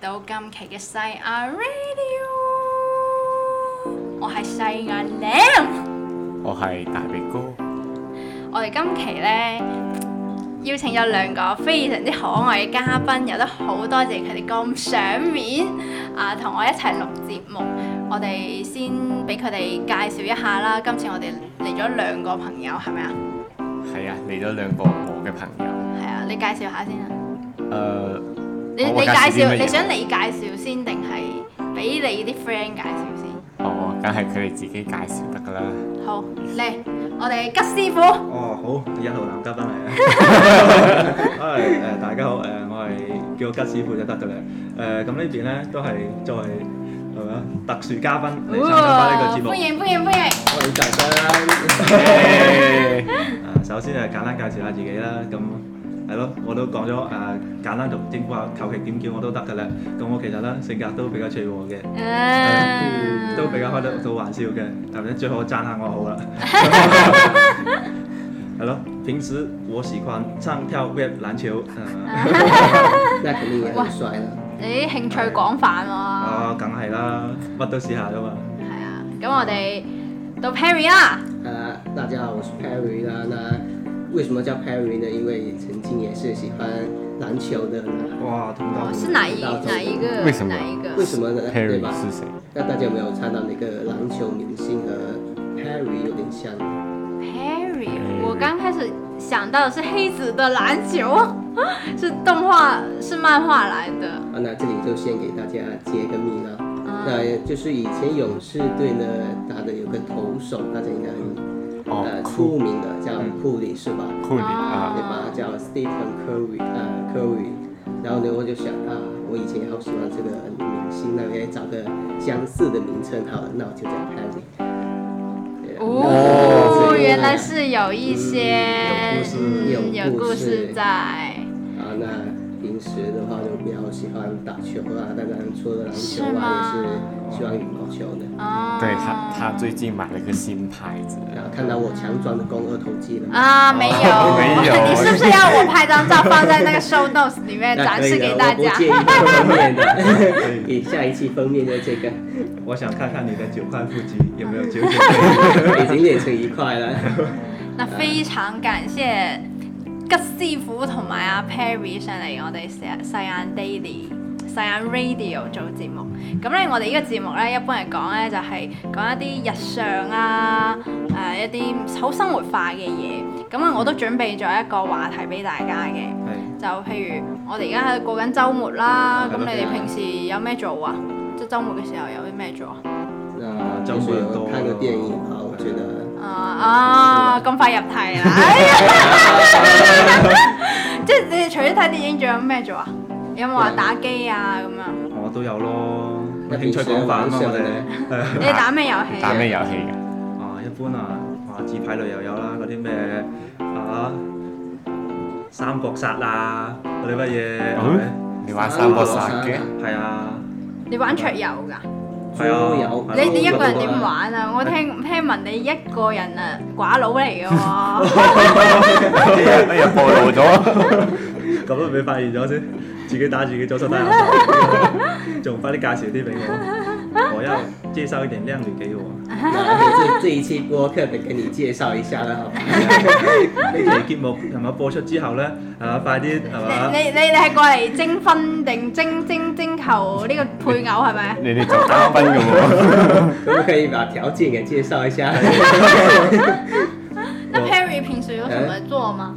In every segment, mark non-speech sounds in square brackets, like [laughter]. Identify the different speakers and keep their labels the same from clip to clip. Speaker 1: 到今期嘅細眼 Radio，我係細眼 Lam，
Speaker 2: 我係大鼻哥，
Speaker 1: 我哋今期呢，邀請咗兩個非常之可愛嘅嘉賓，有得好多謝佢哋咁賞面啊，同我一齊錄節目。我哋先俾佢哋介紹一下啦。今次我哋嚟咗兩個朋友，係咪啊？
Speaker 2: 係啊，嚟咗兩個我嘅朋友。
Speaker 1: 係啊，你介紹下先啊。
Speaker 2: 誒、
Speaker 1: 你
Speaker 2: 我
Speaker 1: 你
Speaker 2: 介
Speaker 1: 介
Speaker 2: 紹
Speaker 1: 紹，
Speaker 2: 啲乜嘢
Speaker 1: 你想你介紹先定係俾你啲 friend 介紹先？
Speaker 2: 哦，梗係佢哋自己介紹得㗎啦。
Speaker 1: 好，嚟，我哋吉師傅，
Speaker 3: 哦，好，一號男嘉賓嚟啦。
Speaker 1: [laughs]
Speaker 3: 唉誒、大家好，誒、我係叫我吉師傅就得㗎啦。誒、咁呢邊咧都係作為係咪啊特殊嘉賓嚟參加翻呢個節目
Speaker 1: 哦歡。迎歡迎歡迎！
Speaker 3: 我哋大家
Speaker 2: 係
Speaker 3: 誒，首先係啊簡單介紹下自己啦。咁係咯，我都講咗誒，簡單同稱呼下，求其點叫我都得㗎啦。咁我其實咧性格都比較脆和嘅。
Speaker 1: 啊
Speaker 3: 都比較開得到玩笑嘅，係咪？最好讚下我好啦。係咯，平時我喜歡唱跳 rap 籃球，呃
Speaker 4: 那肯定也很帅啊的。
Speaker 1: 你啲興趣廣泛喎，
Speaker 3: 啊，梗係啦，乜都試下啫嘛。
Speaker 1: 係啊，咁我哋到 Perry 啦，
Speaker 4: 啊，大家好，我是 Perry 啦。那为什么叫 Perry 呢？因为曾经也是喜欢篮球的啦。
Speaker 3: 哇，同
Speaker 1: 哦
Speaker 3: 到
Speaker 1: 是哪一
Speaker 4: 到
Speaker 1: 哪一個？
Speaker 2: 為什麼
Speaker 1: 哪一個？
Speaker 4: 为什么呢？对
Speaker 2: Perry
Speaker 4: 吧？
Speaker 2: 是誰？
Speaker 4: 那大家有没有看到那个篮球明星和 Perry 有点像？啊
Speaker 1: Perry，我刚开始想到的是黑子的籃球， [laughs] 是动画是漫畫來的。
Speaker 4: 啊，那这里就先给大家揭个秘了。
Speaker 1: 啊
Speaker 4: 那就是以前勇士队呢打的有个投手，大家应该很、
Speaker 2: 哦嗯
Speaker 4: 呃
Speaker 2: 库
Speaker 4: 出名的，叫库里是吧？
Speaker 2: 酷
Speaker 1: 哦
Speaker 2: 年啊！
Speaker 4: 对吧？
Speaker 1: 嗯
Speaker 4: 叫 Stephen Curry 啊、Curry，然后呢，我就想啊，我以前也好喜欢这个明星，那我也找个相似的名称好了，那我就叫 Perry。对啊那我
Speaker 1: 哦，
Speaker 4: 就啊
Speaker 1: 原来是有一些
Speaker 3: 嗯
Speaker 4: 有故事
Speaker 1: 嗯
Speaker 4: 有
Speaker 1: 有
Speaker 4: 故
Speaker 1: 故
Speaker 4: 事
Speaker 1: 事在，
Speaker 4: 啊，那平时的话就比较喜欢打球啊，当然除了篮
Speaker 1: 是
Speaker 4: 球
Speaker 1: 吗
Speaker 4: 啊，也是喜欢羽毛球的。
Speaker 1: 哦，
Speaker 2: 對他，他最近買了個新牌子。
Speaker 4: 啊，看到我强壮的肱二头肌了吗？
Speaker 1: 啊没
Speaker 4: [laughs]
Speaker 1: 有，
Speaker 2: 没有
Speaker 1: 你是不是要我拍张照放在那个 show notes 里面
Speaker 4: [laughs] 那
Speaker 1: 展
Speaker 4: 可
Speaker 1: 示
Speaker 4: 以的，
Speaker 1: 给大
Speaker 4: 我不
Speaker 1: 家？
Speaker 4: 介意封面的， [laughs] 给下一期封面的这个 [laughs]
Speaker 3: 我想看看你的九块腹肌有没有九九九。
Speaker 4: 已经练成一块了。
Speaker 1: 那非常感謝吉師傅同埋阿 Perry 上嚟我哋細細眼 Daily。細眼 radio 做節目，咁咧我哋呢個節目咧，一般嚟講咧就係、講一啲日常啊，誒、一啲好生活化嘅嘢。咁啊，我都準備咗一個話題俾大家嘅，
Speaker 3: 係
Speaker 1: 就譬如我哋而家喺度過緊週末啦，咁
Speaker 3: 係
Speaker 1: 你
Speaker 3: 咯
Speaker 1: 哋平時有咩做啊？即係週末嘅時候有啲咩做啊？
Speaker 4: 那就是有看个电影吧，我觉得。
Speaker 1: 啊啊！咁快入題啦！ [laughs] 哎呀即係你哋除咗睇電影，仲有咩做啊？有冇話打機啊咁
Speaker 3: [laughs]
Speaker 1: 樣？
Speaker 3: 我都有咯，
Speaker 4: 那
Speaker 3: 興趣廣泛啊嘛，
Speaker 4: 平時
Speaker 3: 我
Speaker 4: 玩上
Speaker 3: 哋係啊
Speaker 1: 你哋打咩遊戲
Speaker 2: 打
Speaker 1: 啊？
Speaker 2: 咩遊戲㗎？
Speaker 3: 啊，一般啊，啊自拍類又有啦，嗰啲咩啊三國殺啊，嗰啲乜嘢係咪？
Speaker 2: 你玩三國殺嘅？
Speaker 3: 係啊，
Speaker 1: 你玩桌遊㗎？
Speaker 3: 係
Speaker 4: 都
Speaker 3: 啊
Speaker 4: 有，
Speaker 3: 係咯
Speaker 1: 你你一個人
Speaker 3: 我都覺得
Speaker 1: 點玩啊？我聽聽聞你一個人啊，寡佬嚟嘅喎。
Speaker 2: [laughs] 哎呀，暴露咗！
Speaker 3: 咁都俾發現咗先，自己打自己左手打右手，
Speaker 1: [laughs]
Speaker 3: 仲快啲介紹啲俾我。我要介紹一點靚女給我，
Speaker 4: 那这这一期播客得跟你介绍一下了，好吧？
Speaker 3: 呢期節目係咪播出之後咧，係嘛快啲係
Speaker 1: 你
Speaker 3: 嘛
Speaker 1: 你你你係過嚟徵婚定徵徵徵求呢個配偶係咪？
Speaker 2: 你哋做嘉賓嘅喎，
Speaker 4: 可不可以把条件给介绍一下？
Speaker 1: 那 Perry 平時有什麼做嗎？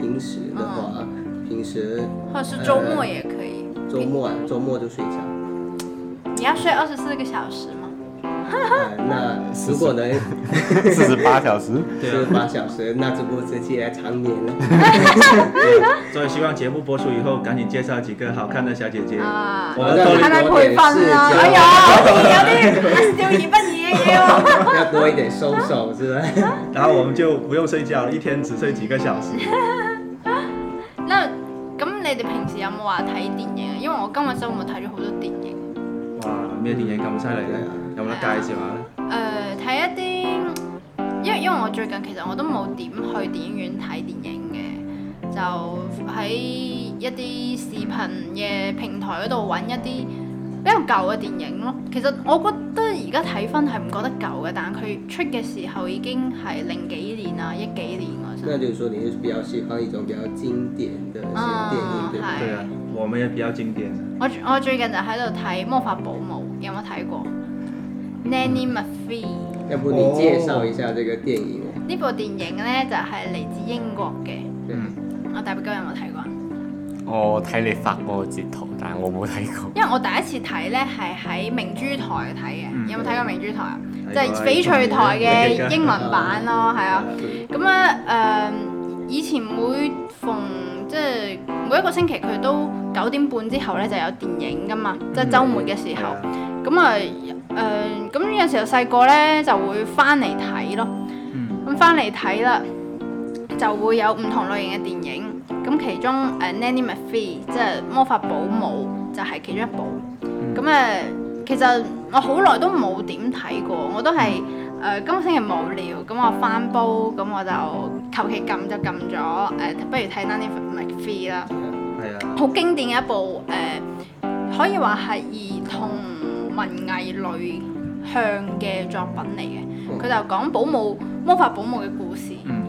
Speaker 4: 平时的话，平时
Speaker 1: 或者是周末也可以。
Speaker 4: 周末啊，周末就睡觉。
Speaker 1: 你要睡二十四個小時嗎？
Speaker 4: 呃 [laughs] 那如果能
Speaker 2: 四十八小時。
Speaker 3: 對
Speaker 4: 十
Speaker 3: 啊
Speaker 4: 八小时，那这不直接长眠 [laughs] 了。
Speaker 3: 所以希望節目播出以後，趕緊介紹幾個好看的小姐姐。
Speaker 1: 啊
Speaker 3: 我們多
Speaker 1: 係咪
Speaker 3: 啲
Speaker 1: 培訓啊？哎呀，有啲少兒不宜嘅嘢喎。
Speaker 4: 要多一点收手，是吧？ [laughs]
Speaker 3: 然後我們就不用睡覺了，一天只睡幾個小
Speaker 1: [laughs]
Speaker 3: 時。
Speaker 1: 那咁你哋平時有冇話睇電影啊？因為我今日週末睇咗好多電影，
Speaker 3: 哇，咩電影咁犀利咧？有冇得介紹下咧？
Speaker 1: 誒、呃睇一啲，因為因為我最近其實我都冇點去電影院睇電影嘅，就喺一啲視頻嘅平台嗰度揾一啲比較舊嘅電影咯。其實我覺得而家睇翻係唔覺得舊嘅，但係佢出嘅時候已經係零幾年啊、一幾年嗰
Speaker 4: 那
Speaker 1: 陣。
Speaker 4: 就是说你是比较喜欢一种比较經典的一些電影，
Speaker 1: 啊
Speaker 4: 對吧？
Speaker 1: 係
Speaker 3: 對啊，我們也比較經典啊。
Speaker 1: 我我最近就喺度睇《魔法保姆》，有冇睇過？Nanny McPhee。
Speaker 4: 要不你介紹一下這個電影？
Speaker 1: 呢部電影呢，就係、嚟自英國嘅。
Speaker 2: 嗯，
Speaker 1: 我大表哥有冇睇過啊？
Speaker 2: 我睇你發過截圖，但係我冇睇過。
Speaker 1: 因為我第一次睇呢係喺明珠台睇嘅，
Speaker 3: 嗯
Speaker 1: 有冇睇過明珠台啊？
Speaker 3: 睇
Speaker 1: 就係
Speaker 3: 過啊
Speaker 1: 翡翠台
Speaker 3: 有
Speaker 1: 嘅
Speaker 3: 記得
Speaker 1: 英文版咯，係啊。
Speaker 4: 嗯
Speaker 1: 咁啊誒，以前每逢即係每一個星期佢都九點半之後呢就有電影噶嘛，即係週末嘅時候。咁啊誒，咁有時候細個呢就會翻嚟睇咯。
Speaker 3: 嗯，
Speaker 1: 咁翻嚟睇啦，就會有唔同類型嘅電影。咁其中誒、呃 Nanny McPhee 即係魔法保姆就係、其中一部。咁誒、呃其實我好耐都冇點睇過，我都係誒、呃今個星期無聊，咁我翻煲，咁我就求其撳就撳咗誒，呃不如睇 Nanny McPhee 啦。
Speaker 3: 係啊，
Speaker 1: 好經典嘅一部誒、呃可以話係兒童文藝類向嘅作品嚟嘅。佢就講保姆魔法保姆嘅故事。
Speaker 3: 嗯，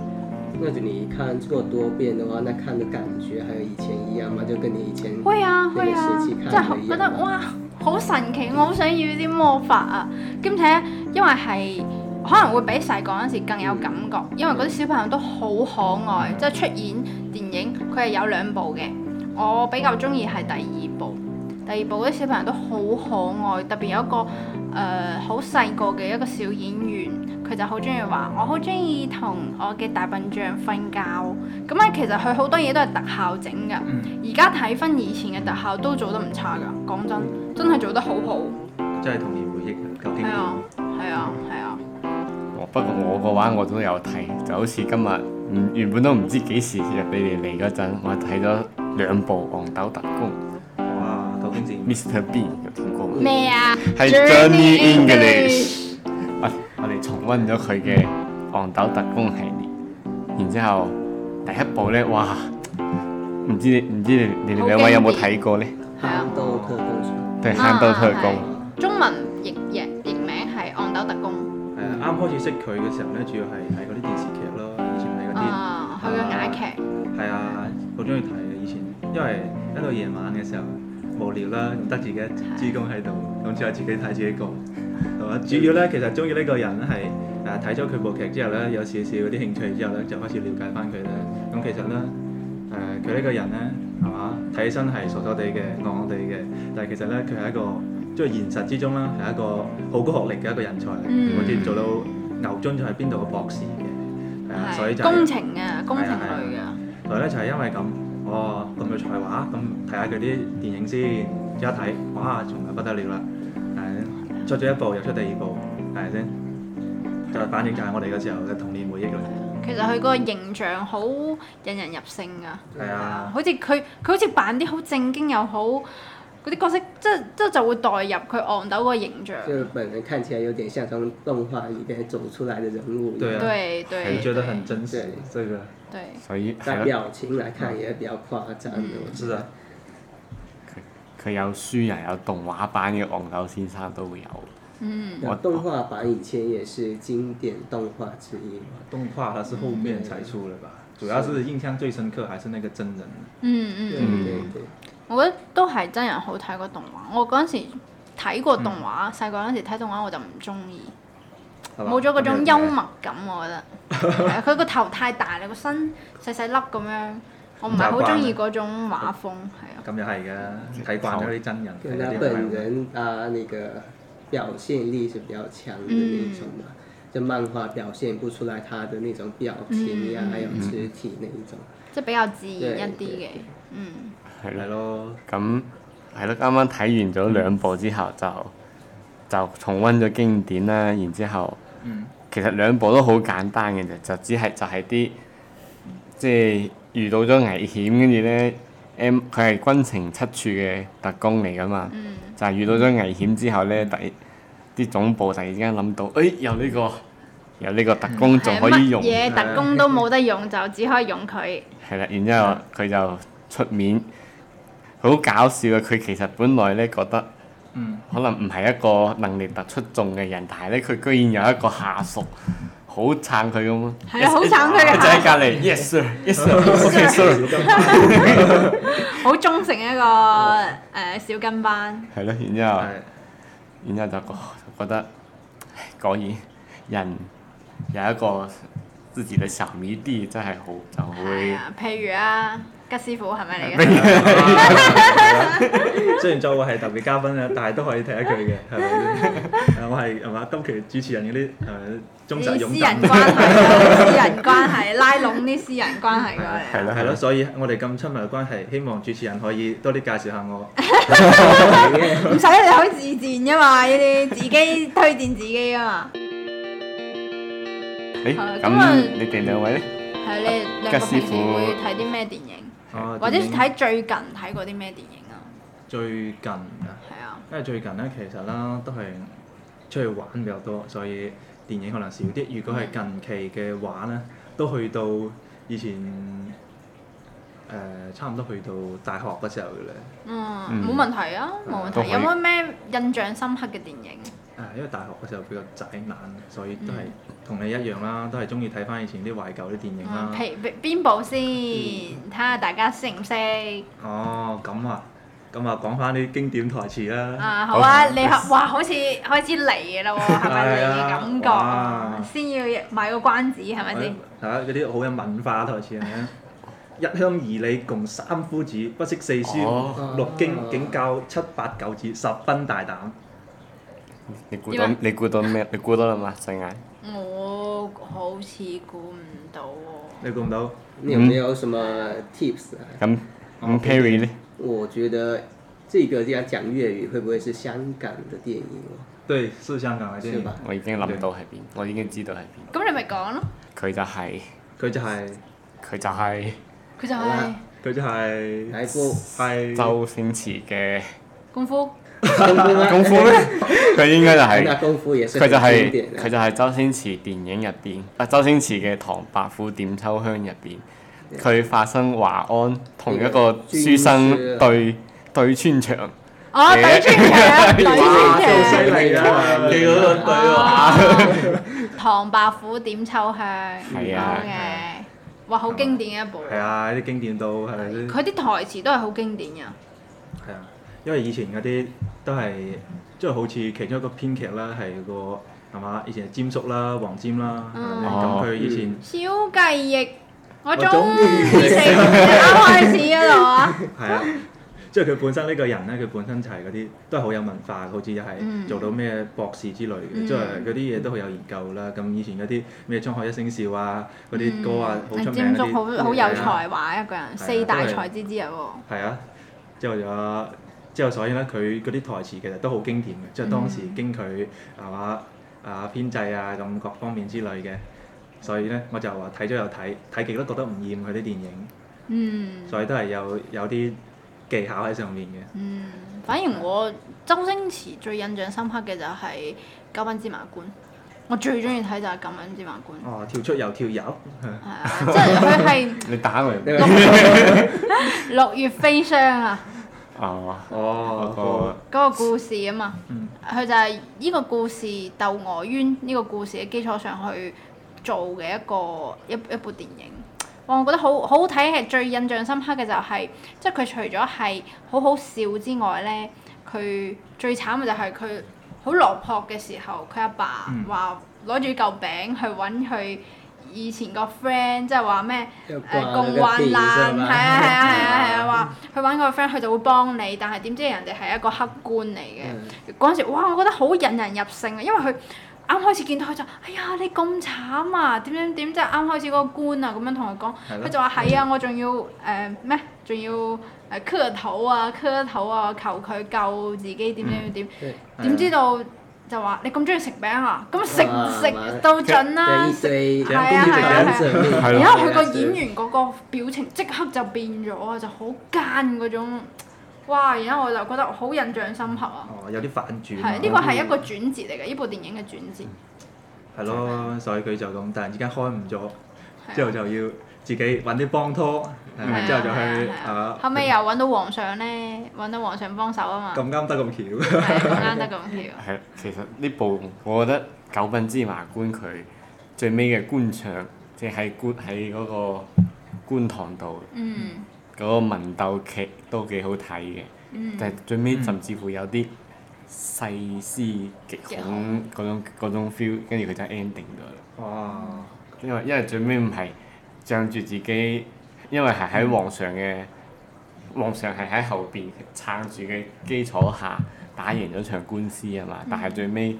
Speaker 4: 那就你看過多遍的話，那看的感覺還有以前一樣嗎？就跟你以前
Speaker 1: 會啊
Speaker 4: 那
Speaker 1: 會
Speaker 4: 個
Speaker 1: 啊
Speaker 4: 時期，看
Speaker 1: 即
Speaker 4: 的
Speaker 1: 係
Speaker 4: 嗯一
Speaker 1: 覺得
Speaker 4: 樣嗎？
Speaker 1: 哇好神奇，我好想要啲魔法啊！兼且因為係。可能會比細個嗰陣時更有感覺，因為嗰啲小朋友都好可愛，即係出演電影佢係有兩部嘅，我比較中意係第二部。第二部嗰啲小朋友都好可愛，特別有一個誒好細個嘅一個小演員，佢就好中意話我好中意同我嘅大笨象瞓覺。咁咧其實佢好多嘢都係特效整㗎，而家睇翻以前嘅特效都做得唔差㗎，講真，真係做得好好。
Speaker 3: 真係童年回憶啊，究竟
Speaker 1: 係啊，係啊，係啊。
Speaker 2: 哦不過我嘅話我都有睇，就好似今日唔原本都唔知幾時約你哋嚟嗰陣，我睇咗兩部《憨豆特工
Speaker 3: 哇，究竟是》
Speaker 2: Mr. Bean 有聽過嗎？
Speaker 1: 咩啊？
Speaker 2: 係 Johnny English。我我哋重温咗佢嘅《憨豆特工》系列，然之後第一部呢，哇！唔知你唔知你你哋兩位有冇睇過呢？
Speaker 1: 係啊
Speaker 4: 憨豆特工船，
Speaker 2: 對《憨豆特工》
Speaker 1: 啊係中文譯譯譯名係《憨豆特工》
Speaker 3: 係啊，啱開始識佢嘅時候咧，主要係睇嗰啲電視劇咯，以前睇嗰啲。
Speaker 1: 啊，佢嘅雅劇。
Speaker 3: 係啊，好中意睇嘅以前，因為一到夜晚嘅時候無聊啦，咁得自己一支公喺度，咁之後自己睇自己個，係
Speaker 1: 嗯
Speaker 3: 嘛？主要咧其實中意呢個人係誒睇咗佢部劇之後咧，有少少嗰啲興趣之後咧，就開始了解翻佢咧。咁其實咧誒佢呢個人咧係嘛，睇起身係傻傻地嘅、戇戇地嘅，但係其實咧佢係一個即係現實之中啦，係一個好高學歷嘅一個人才嚟嘅，
Speaker 1: 嗯
Speaker 3: 好似做到牛津仲係邊度嘅博士嘅，係啊，所以
Speaker 1: 係
Speaker 3: 就係
Speaker 1: 工程啊，工程類嘅，
Speaker 3: 所以咧就係因為咁，我咁有才華，咁睇下佢啲電影先，一睇，哇，仲係不得了啦！誒，出咗一部又出第二部，係咪先？就反正就係我哋嗰時候嘅童年回憶啦。
Speaker 1: 其實佢個形象好引人入勝噶，
Speaker 3: 係啊，
Speaker 1: 好似佢佢好似扮啲好正經又好嗰啲角色，即即就會代入佢憨豆個形象。
Speaker 4: 就是本人看起來有點像從動畫裏邊走出來的人物一樣，
Speaker 3: 對啊
Speaker 1: 對對，
Speaker 3: 你覺得很真實
Speaker 4: 對，
Speaker 3: 這個
Speaker 1: 對，
Speaker 2: 所以係
Speaker 4: 但
Speaker 2: 咯，
Speaker 4: 表情來看也比較誇張的，我覺
Speaker 3: 是啊
Speaker 4: 得。，
Speaker 2: 佢有書又有動畫版嘅《憨豆先生》都會有。
Speaker 1: 嗯，
Speaker 4: 那動畫版以前也是經典動畫之一嘛，
Speaker 3: 動畫它是後面才出的吧？主要是印象最深刻還是那個真人。
Speaker 1: 嗯
Speaker 4: 對
Speaker 1: 嗯，
Speaker 4: 對對。
Speaker 1: 我覺得都係真人好睇過動畫。我嗰陣時睇過動畫，細個嗰陣時睇動畫我就唔中意，
Speaker 3: 嗯係嘛
Speaker 1: 冇咗嗰種幽。默感，我覺得。係啊佢個頭太大啦，個身細細粒咁樣，我唔係好中意嗰種畫風，係啊。
Speaker 3: 咁又係嘅，睇慣咗啲真人，睇
Speaker 4: 跟
Speaker 3: 咗
Speaker 4: 他
Speaker 3: 啲動
Speaker 4: 本
Speaker 3: 畫
Speaker 4: 人啊，那个表现力是比较强的那种嘛，就漫画表現不出來他的那種表情呀、
Speaker 1: 嗯
Speaker 4: 還有肢體那一種。
Speaker 1: 即係比較自然一啲
Speaker 4: 對
Speaker 1: 嘅
Speaker 4: 對，
Speaker 1: 嗯，
Speaker 2: 係咯
Speaker 3: 係。咯，
Speaker 2: 咁係咯，啱啱睇完咗兩部之後就就重温咗經典啦，然之後
Speaker 3: 嗯，
Speaker 2: 其實兩部都好簡單嘅啫，就只係就係啲即係遇到咗危險，跟住咧 M 佢係軍情七處嘅特工嚟噶嘛，就係遇到咗危險之後咧，第啲總部突然之間諗到，誒、有呢、個有呢個特工仲可以用，
Speaker 1: 嗯係啊
Speaker 2: 係啊
Speaker 1: 乜嘢特工都冇得用，就只可以用佢。
Speaker 2: 啦，然之後佢就出面，好搞笑啊！佢其實本來咧覺得
Speaker 3: 嗯，
Speaker 2: 可能唔係一個能力突出眾嘅人，但係咧佢居然有一個下屬好撐佢咁啊！
Speaker 1: 係
Speaker 2: [laughs]
Speaker 1: 啊好撐佢嘅
Speaker 2: 一直喺隔離，yes [laughs] sir，yes sir，OK sir，
Speaker 1: 好忠誠一個
Speaker 2: [laughs]
Speaker 1: 誒小跟班，
Speaker 2: 係咯，然之後。
Speaker 3: 係
Speaker 2: 然之後就覺覺得，唉果然人有一個自己的小迷弟，真係好就
Speaker 1: 係
Speaker 2: 會
Speaker 1: 啊，譬如啊，吉師傅係咪
Speaker 2: [laughs]
Speaker 1: 你嘅？
Speaker 3: 雖然作為係特別嘉賓啊，但係都可以踢一句嘅，係咪？誒我係係嘛？今期主持人嗰啲係咪忠實
Speaker 1: 啲
Speaker 3: 擁
Speaker 1: 私
Speaker 3: 趸
Speaker 1: 人？關係，啊私人關係，拉攏啲私人關係過
Speaker 2: 係
Speaker 1: 嚟啊。
Speaker 2: 啦
Speaker 3: 係咯，所以我哋咁親密嘅關係，希望主持人可以多啲介紹下我。
Speaker 1: 嗯唔使你可以自薦噶嘛，呢啲自己推薦自己噶嘛。
Speaker 2: 誒
Speaker 1: 係啊咁啊
Speaker 2: 咁你哋兩位咧？
Speaker 1: 係你兩
Speaker 2: 吉
Speaker 1: 個
Speaker 2: 師
Speaker 1: 平時
Speaker 2: 傅
Speaker 1: 會睇啲咩電影，
Speaker 3: 哦
Speaker 1: 或者
Speaker 3: 電影
Speaker 1: 睇最近睇過啲咩電影啊？
Speaker 3: 最近啊，
Speaker 1: 係啊，
Speaker 3: 因為最近咧其實啦都係出去玩比較多，所以電影可能少啲。如果係近期嘅話咧，都去到以前誒、差唔多去到大學嗰時候嘅咧。
Speaker 1: 嗯，
Speaker 2: 嗯
Speaker 1: 冇問題啊，冇問
Speaker 2: 都可
Speaker 1: 題。
Speaker 2: 以
Speaker 1: 有冇咩印象深刻嘅電影？
Speaker 3: 啊，因為大學嗰時候比較宅男，所以都係同你一樣啦，都係中意睇翻以前啲懷舊啲電影啦
Speaker 1: 嗯，。譬如邊部先？睇下大家識唔識
Speaker 3: 哦，咁啊，咁啊，講翻啲經典台詞啦。
Speaker 1: 啊？好啊，
Speaker 2: 好
Speaker 1: 你好哇，好似開始嚟啦喎，係咪你
Speaker 3: 係啊
Speaker 1: 嘅感覺
Speaker 3: 哇
Speaker 1: 啊？先要賣個關子係咪先？
Speaker 3: 係啊，嗰啲好有文化台詞啊！一鄉二里共三夫子，不識四
Speaker 2: 哦
Speaker 3: 書六經，竟教七八九子，十分大膽。
Speaker 2: 你估到
Speaker 1: 點啊
Speaker 2: 你估到咩？你估到啦嘛？細眼
Speaker 1: 我好似估唔到喎。
Speaker 3: 你估唔到？
Speaker 2: 嗯
Speaker 4: 你有没有什么 tips 啊？
Speaker 2: 咁咁
Speaker 3: 哦
Speaker 2: Perry 咧？
Speaker 4: 我觉得这个要讲粤语，会不会是香港的电影哦？
Speaker 3: 對，是香港嘅啊
Speaker 4: 是
Speaker 3: 先。
Speaker 4: 吧？
Speaker 2: 我已經諗到係邊，我已經知道係邊。
Speaker 1: 咁你咪講咯，
Speaker 2: 佢就係
Speaker 3: 佢就係
Speaker 2: 佢就係
Speaker 1: 佢就
Speaker 4: 好
Speaker 1: 係
Speaker 4: 啦
Speaker 3: 佢就係
Speaker 4: 来一部
Speaker 3: 係
Speaker 2: 周星馳嘅
Speaker 1: 功夫。
Speaker 4: 功夫吗？
Speaker 2: 功夫咩？佢應該就係
Speaker 4: 那功夫也是
Speaker 2: 佢
Speaker 4: 很
Speaker 2: 就
Speaker 4: 经
Speaker 2: 係、
Speaker 4: 典啊
Speaker 2: 佢
Speaker 4: 的。
Speaker 2: 就係周星馳電影入邊，啊周星馳嘅《唐伯虎點秋香》入邊，佢發生華安同一個書生對啊對穿牆，
Speaker 1: 哦，
Speaker 2: 誒
Speaker 1: 對穿牆，對
Speaker 3: 哇，真係
Speaker 1: 穿
Speaker 3: 犀利啊！你嗰個對
Speaker 1: 牆。
Speaker 3: 話。
Speaker 1: 啊 [laughs] 唐伯虎點秋香。
Speaker 2: 係啊
Speaker 1: 好嘅。哇，好經典嘅一部。
Speaker 3: 係啊，啲經典到係咪先？
Speaker 1: 佢啲台詞都係好經典啊！
Speaker 3: 係啊，因為以前嗰啲都係即係好似其中一個編劇啦，係個係嘛？以前係詹叔啦、黃沾啦，啊係咪
Speaker 1: 嗯
Speaker 3: 咁佢以前
Speaker 1: 小雞翼，我
Speaker 3: 終
Speaker 1: 終
Speaker 3: 於
Speaker 1: 於食啱開始嗰度啊！
Speaker 3: [laughs] 係啊。即係佢本身呢個人咧，佢本身就係嗰啲都係好有文化，好似又係
Speaker 1: 嗯
Speaker 3: 做到咩博士之類嘅，
Speaker 1: 嗯
Speaker 3: 即係嗰啲嘢都好有研究啦。咁以前嗰啲咩《滄海一聲笑》啊，嗰啲
Speaker 1: 嗯，
Speaker 3: 歌啊，好出名
Speaker 1: 詹
Speaker 3: 嗰
Speaker 1: 叔
Speaker 3: 啲，
Speaker 1: 好好
Speaker 3: 係啊
Speaker 1: 有才華一個人，四大才之之一喎。
Speaker 3: 係啊，之後就之後所以咧，佢嗰啲台詞其實都好經典嘅，即
Speaker 1: 嗯
Speaker 3: 係當時經佢係嘛啊編製啊咁各方面之類嘅，所以咧我就話睇咗又睇，睇極都覺得唔厭佢啲電影，
Speaker 1: 嗯
Speaker 3: 所以都係有有啲技巧喺上面嘅。
Speaker 1: 嗯，反而我周星馳最印象深刻嘅就係《九品芝麻官》，我最中意睇就係《九品芝麻官》。
Speaker 3: 哦，跳出又跳入，
Speaker 1: 係啊，即係佢係
Speaker 2: 你打我 [laughs]
Speaker 4: 那
Speaker 1: 六月飛霜啊！
Speaker 2: 哦，
Speaker 3: 哦，
Speaker 1: 嗰個故事啊嘛
Speaker 3: 嗯，
Speaker 1: 佢就係呢個故事《竇娥冤》呢個故事嘅基礎上去做嘅一個一一部電影。哇！我覺得好好睇，係最印象深刻嘅就係、即係佢除咗係好好笑之外咧，佢最慘嘅就係佢好落魄嘅時候，佢阿爸
Speaker 3: 嗯
Speaker 1: 話攞住嚿餅去揾佢以前個 friend，即係話咩？ [laughs]
Speaker 4: 要
Speaker 1: 誒
Speaker 4: 挂
Speaker 1: 共
Speaker 4: 那个
Speaker 1: 患
Speaker 4: 地
Speaker 1: 難，
Speaker 4: 是
Speaker 1: 係啊係啊
Speaker 4: 吧？
Speaker 1: 係啊係啊，話佢揾個 friend 佢就會幫你，但係點知人哋係一個黑官嚟嘅。
Speaker 4: 嗯
Speaker 1: 嗰陣時，哇！我覺得好引人入勝啊，因為佢啱開始見到佢就，哎呀你咁慘啊，點點點，即係啱開始嗰個官啊咁樣同佢講，
Speaker 3: 係
Speaker 1: 佢
Speaker 3: 咯，
Speaker 1: 就話係啊，我仲要誒呃咩，仲、要誒磕頭啊磕頭啊，求佢救自己點點點，
Speaker 4: 對
Speaker 1: 點知道就話你咁中意食餅啊，咁食
Speaker 4: 啊
Speaker 1: 食到盡啦
Speaker 4: 这，一堆
Speaker 1: 係啊係啊
Speaker 4: 两
Speaker 1: 係啊。
Speaker 4: 者妹，
Speaker 2: 係咯
Speaker 1: 然後佢個演員嗰個表情即刻就變咗啊，就好奸嗰種，哇！然後我就覺得好印象深刻啊，
Speaker 3: 哦有啲反轉啊，
Speaker 1: 係呢個係一個轉折嚟嘅，呢部電影嘅轉折。啊
Speaker 3: 係咯，所以佢就咁突然之間開唔咗，之後就要自己揾啲幫拖，誒之後就去
Speaker 1: 係
Speaker 3: 啊
Speaker 1: 啊後尾又揾到皇上咧，揾到皇上幫手啊嘛，
Speaker 3: 咁啱得咁巧。
Speaker 1: 係咁啱得咁巧。
Speaker 2: 係，其實呢部我覺得九品芝麻官佢最尾嘅官場，即係喺官喺嗰個觀塘度
Speaker 1: 嗯
Speaker 2: 嗰、個文鬥劇都幾好睇嘅。但係最尾甚至乎有啲細思極恐嗰種嗰種 feel，跟住佢就 ending 咗啦。
Speaker 4: 哦
Speaker 3: 哇！
Speaker 2: 因為因為最尾唔係仗住自己，因為係喺皇上嘅皇上係喺後邊撐住嘅基礎下打贏咗場官司啊嘛，但係最尾。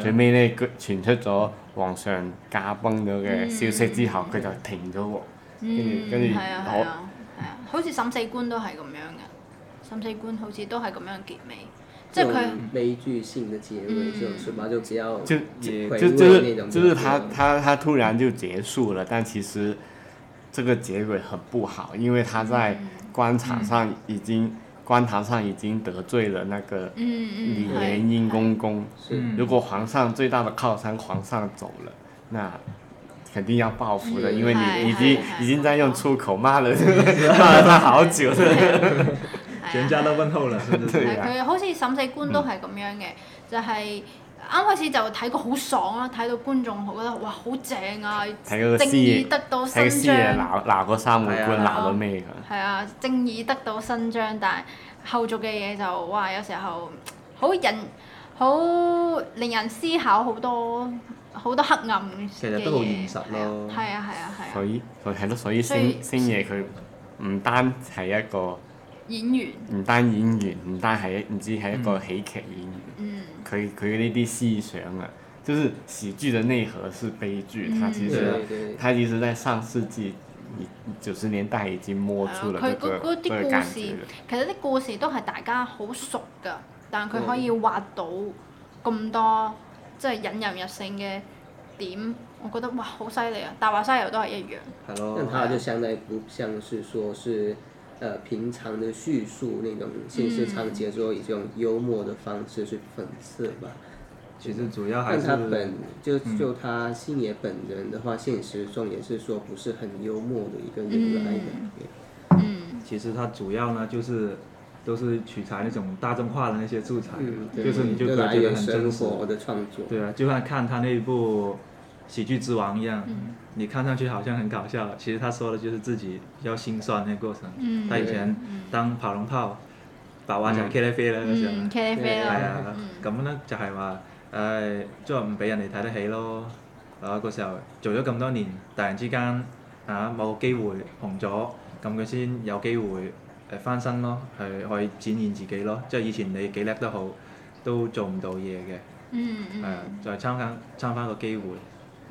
Speaker 2: 最
Speaker 3: 係啊
Speaker 2: 尾咧，佢傳出咗皇上駕崩咗嘅消息之後，佢就停咗喎。跟
Speaker 1: 嗯，
Speaker 2: 住跟
Speaker 1: 係
Speaker 2: 住
Speaker 1: 啊係
Speaker 2: 我
Speaker 1: 啊係啊，好似審死官都係咁樣嘅，審死官好似都係咁樣結尾，即
Speaker 4: 这
Speaker 1: 係
Speaker 4: 种
Speaker 1: 佢
Speaker 4: 悲剧性的结尾，就嘴巴就比较
Speaker 2: 就
Speaker 4: 也
Speaker 2: 就
Speaker 4: 回
Speaker 2: 就
Speaker 4: 味
Speaker 2: 是
Speaker 4: 那种感觉，
Speaker 2: 就是他他他突然就结束了，但其实这个结尾很不好，因为他在官场上已经官堂上已经得罪了那个
Speaker 1: 嗯
Speaker 2: 李
Speaker 1: 嗯係
Speaker 2: 元英公公。
Speaker 4: 是
Speaker 2: 如果皇上最大的靠山皇上走了，那肯定要报复的，
Speaker 4: 嗯
Speaker 2: 因为
Speaker 1: 嗨
Speaker 2: 你已经
Speaker 1: 嗨嗨
Speaker 2: 已经在用粗口骂了骂了他好久了。
Speaker 1: 係
Speaker 3: 全
Speaker 1: 啊。
Speaker 3: 家都温厚
Speaker 4: [laughs]
Speaker 3: 啦，真係
Speaker 2: 對
Speaker 1: 係佢好似審死官都係咁樣嘅，就係啱開始就睇過好爽啦，睇到觀眾好覺得哇好正啊，正
Speaker 2: 睇嗰個師
Speaker 1: 義得到
Speaker 2: 睇啊
Speaker 1: 伸
Speaker 2: 師
Speaker 1: 張，
Speaker 2: 爺鬧鬧嗰三個
Speaker 3: 係
Speaker 2: 官鬧到咩㗎？
Speaker 1: 啊係啊，正義得到伸張，但係後續嘅嘢就哇有時候好引好令人思考好多好多黑暗嘅嘢，
Speaker 3: 其實都好現實咯
Speaker 1: 係啊係啊係啊，
Speaker 2: 所以所以係咯，所以
Speaker 1: 所以
Speaker 2: 星星爺佢唔單係一個
Speaker 1: 演員
Speaker 2: 唔單演員，唔單係唔知係一個喜劇演員，
Speaker 1: 嗯
Speaker 2: 佢佢呢啲思想啊，就是喜劇的內核是悲劇，他其實
Speaker 1: 嗯
Speaker 4: 对对
Speaker 2: 他其實在上世紀九十年代已經摸出了
Speaker 1: 係啊
Speaker 2: 這
Speaker 1: 佢嗰
Speaker 2: 個
Speaker 1: 嗰啲
Speaker 2: 這個
Speaker 1: 故
Speaker 2: 感
Speaker 1: 事
Speaker 2: 覺了。
Speaker 1: 其實啲故事都係大家好熟㗎，但
Speaker 2: 嗯
Speaker 1: 佢可以挖到咁多即係引人入勝嘅點，我覺得哇好犀利啊！《大話西遊》都係一樣，
Speaker 3: 係咯
Speaker 4: 但。它就相当于不像是说是呃平常的叙述那种现实场景，说以这种幽默的方式去讽刺吧。
Speaker 3: 其實主要還
Speaker 4: 但
Speaker 3: 是
Speaker 4: 他本就就他星爷本人的话，现实中也是说不是很幽默的一个人来的。
Speaker 1: 嗯
Speaker 3: 其实它主要呢就是都是取材那种大众化的那些素材，
Speaker 4: 嗯，对
Speaker 3: 就是你就
Speaker 4: 就
Speaker 3: 可以
Speaker 4: 来
Speaker 3: 觉得
Speaker 4: 源
Speaker 3: 很
Speaker 4: 生
Speaker 3: 真实。
Speaker 4: 活的创作。
Speaker 3: 对啊，就像看他那一部《喜剧之王》一样，
Speaker 4: 嗯
Speaker 3: 你看上去好像很搞笑，其实他说的就是自己比较心酸那个过程。
Speaker 1: 嗯
Speaker 3: 他以前當跑龍炮把灣仔 K 喱啡啦嗰時候，啊
Speaker 1: 嗯，K 喱啡
Speaker 3: 係
Speaker 1: 啦，
Speaker 3: 啊，咁咧就係話誒，即係唔俾人哋睇得起咯。啊，嗰時候做咗咁多年，突然之間啊冇機會紅咗，咁佢先有機會誒翻身咯，係可以展現自己咯。即係以前你幾叻都好，都做唔到嘢嘅。
Speaker 1: 嗯
Speaker 3: 誒、
Speaker 1: 嗯
Speaker 3: 就係參加參翻個機會，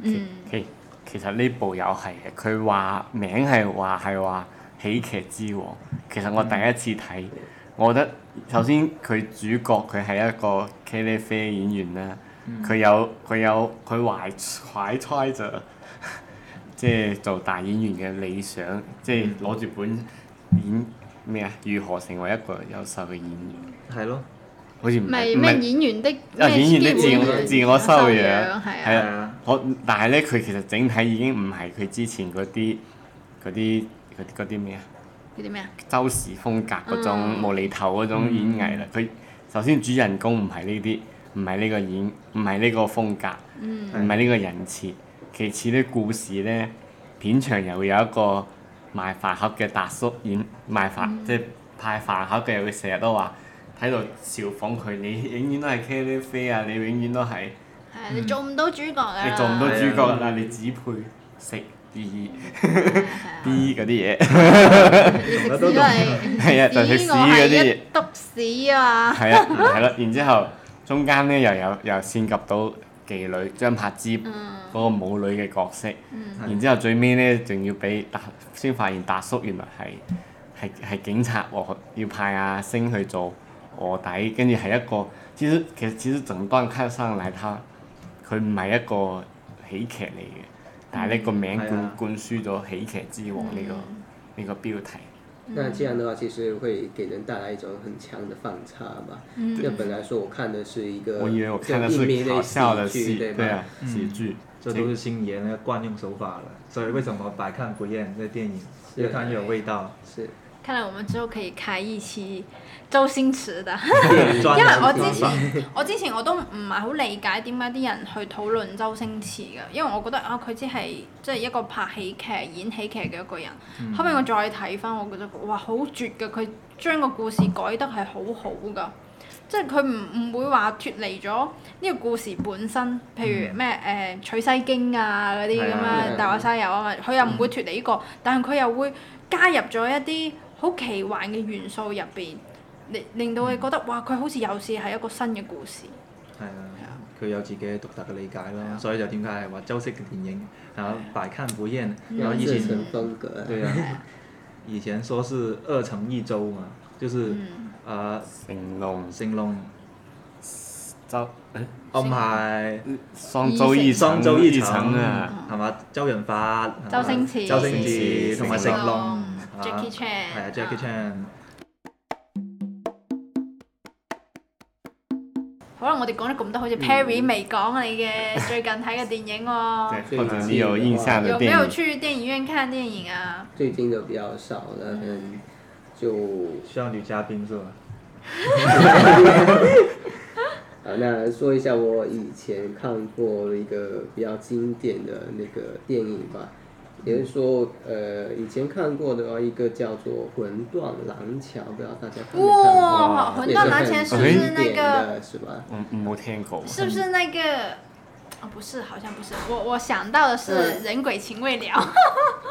Speaker 1: 嗯，
Speaker 2: 其其實呢部又係嘅，佢話名係話係話喜劇之王。其實我第一次睇，我覺得首先佢主角佢係一個茄喱啡演員啦，佢有佢有佢懷懷揣着 [laughs] 即係做大演員嘅理想，即係攞住本演咩啊？如何成為一個優秀嘅演員？
Speaker 3: 係
Speaker 1: [laughs]
Speaker 3: 咯，
Speaker 2: 好似唔係
Speaker 1: 咪
Speaker 2: 唔
Speaker 1: 咩
Speaker 2: 係
Speaker 1: 演員的
Speaker 2: 啊演員的自
Speaker 1: 基本
Speaker 2: 我自我修養
Speaker 1: 係
Speaker 2: 係
Speaker 1: 啊，
Speaker 2: 啊，我但係咧，佢其實整體已經唔係佢之前嗰啲嗰啲嗰啲嗰啲咩啊，
Speaker 1: 叫啲咩啊？
Speaker 2: 周氏風格嗰種無厘頭嗰種演藝啦。佢、首先主人公唔係呢啲，唔係呢個演，唔係呢個風格，唔係呢個人設。其次咧，故事咧，片場又會有一個賣飯盒嘅達叔演賣飯，即係派飯盒嘅，佢成日都話喺度嘲諷佢，你永遠都係茄喱啡啊，你永遠都係。
Speaker 1: 係啊你做唔到主角啊！
Speaker 2: 你做唔到
Speaker 1: 係啊
Speaker 2: 主角啦，你只配食 B
Speaker 1: 係啊
Speaker 2: B 嗰啲嘢，
Speaker 1: 食
Speaker 2: [laughs]
Speaker 1: 屎啦你！
Speaker 2: 係啊，就食屎
Speaker 1: 我係
Speaker 2: 嗰啲嘢
Speaker 1: 一，篤屎啊！
Speaker 2: 係
Speaker 3: [laughs]
Speaker 2: 啊，係啦，然之後中間咧又有又涉及到妓女張柏芝
Speaker 3: 嗯
Speaker 2: 嗰個舞女嘅角色，然之後最尾咧仲要俾達先發現達叔原來係係係警察喎，要派阿星去做卧底，跟住係一個其實其實其實整段看上嚟，他佢唔係一個喜劇嚟嘅，但係呢個名
Speaker 3: 係
Speaker 2: 灌
Speaker 3: 啊嗯
Speaker 2: 灌輸咗喜劇之王呢個呢個標題。
Speaker 4: 那这样的话，其实会给人带来一种很强的反差吧。那本来说我看的是一个呃
Speaker 2: 我以為我看的
Speaker 4: 这种
Speaker 2: 是
Speaker 4: 英明
Speaker 2: 搞笑的
Speaker 4: 喜
Speaker 2: 戏，
Speaker 4: 剧，对
Speaker 2: 对啊
Speaker 4: 吧？，嗯
Speaker 2: 喜剧。
Speaker 3: 这都是星爷那个惯用手法了。所以为什么百看不厌这电影，
Speaker 4: 是
Speaker 3: 越看越有味道。
Speaker 4: 是
Speaker 1: 看来我们之后可以开一期周星驰的，[laughs]
Speaker 3: 因
Speaker 1: 因為我之前我之前我都唔係好理解點解啲人去討論周星馳嘅，因為我覺得啊佢只係即係一個拍喜劇、演喜劇嘅一個人。後尾我再睇翻，我覺得哇好絕嘅，佢將個故事改得係好好㗎。即係佢唔唔會話脱離咗呢個故事本身，譬如
Speaker 3: 嗯
Speaker 1: 咩誒、取西經啊嗰啲咁
Speaker 3: 係啊
Speaker 4: 係
Speaker 1: 樣
Speaker 4: 啊
Speaker 1: 大話西遊啊嘛，佢又唔會脱離呢、個，但係佢又會加入咗一啲好奇幻嘅元素入邊，令令到你覺得哇佢好似有時係一個新嘅故事。
Speaker 3: 係啊，佢有自己獨特嘅理解咯，所以就點解係話周式嘅電影，然後百看不厭，然後以
Speaker 4: 自
Speaker 3: 前
Speaker 4: 成风格，
Speaker 3: 對啊，以前說是二城一州嘛，就是啊
Speaker 2: 成龍、
Speaker 3: 成龍，
Speaker 2: 周
Speaker 3: 哦唔係
Speaker 2: 桑州一
Speaker 3: 桑
Speaker 2: 城、
Speaker 3: 州一
Speaker 2: 城
Speaker 3: 城
Speaker 2: 啊，
Speaker 3: 係嘛？周潤發、係嘛
Speaker 1: 周星馳
Speaker 3: 周星馳同埋成龍啊
Speaker 1: Jackie
Speaker 3: 係啊
Speaker 1: Chan，
Speaker 3: Jackie Chan，
Speaker 1: 好啦，我哋講咗咁多，好似 Perry 未講你
Speaker 3: [laughs]
Speaker 1: 嘅最近睇嘅電影喎，
Speaker 2: 對或者你有印象的
Speaker 1: 有沒有
Speaker 2: 電影，
Speaker 1: 去電影院看電影啊？
Speaker 4: 最近的比较少了，嗯，就
Speaker 3: 需要女嘉賓是吧？
Speaker 4: 啊，那说一下我以前看过一个比较经典的那个电影吧，
Speaker 1: 嗯
Speaker 4: 也就是说，呃，以前看过的话，一个叫做《魂断廊桥》，不知道大家看没看过？
Speaker 1: 哇，
Speaker 4: 也
Speaker 1: 混
Speaker 4: 是
Speaker 1: 到
Speaker 4: 很
Speaker 1: 拿钱是不是
Speaker 4: 经
Speaker 1: 那
Speaker 4: 典
Speaker 1: 個？
Speaker 4: 的是吧？
Speaker 2: 我我冇聽過。
Speaker 1: 是不是那個？哦，不是，好像不是。我我想到的是
Speaker 4: 嗯
Speaker 1: 人鬼情未了，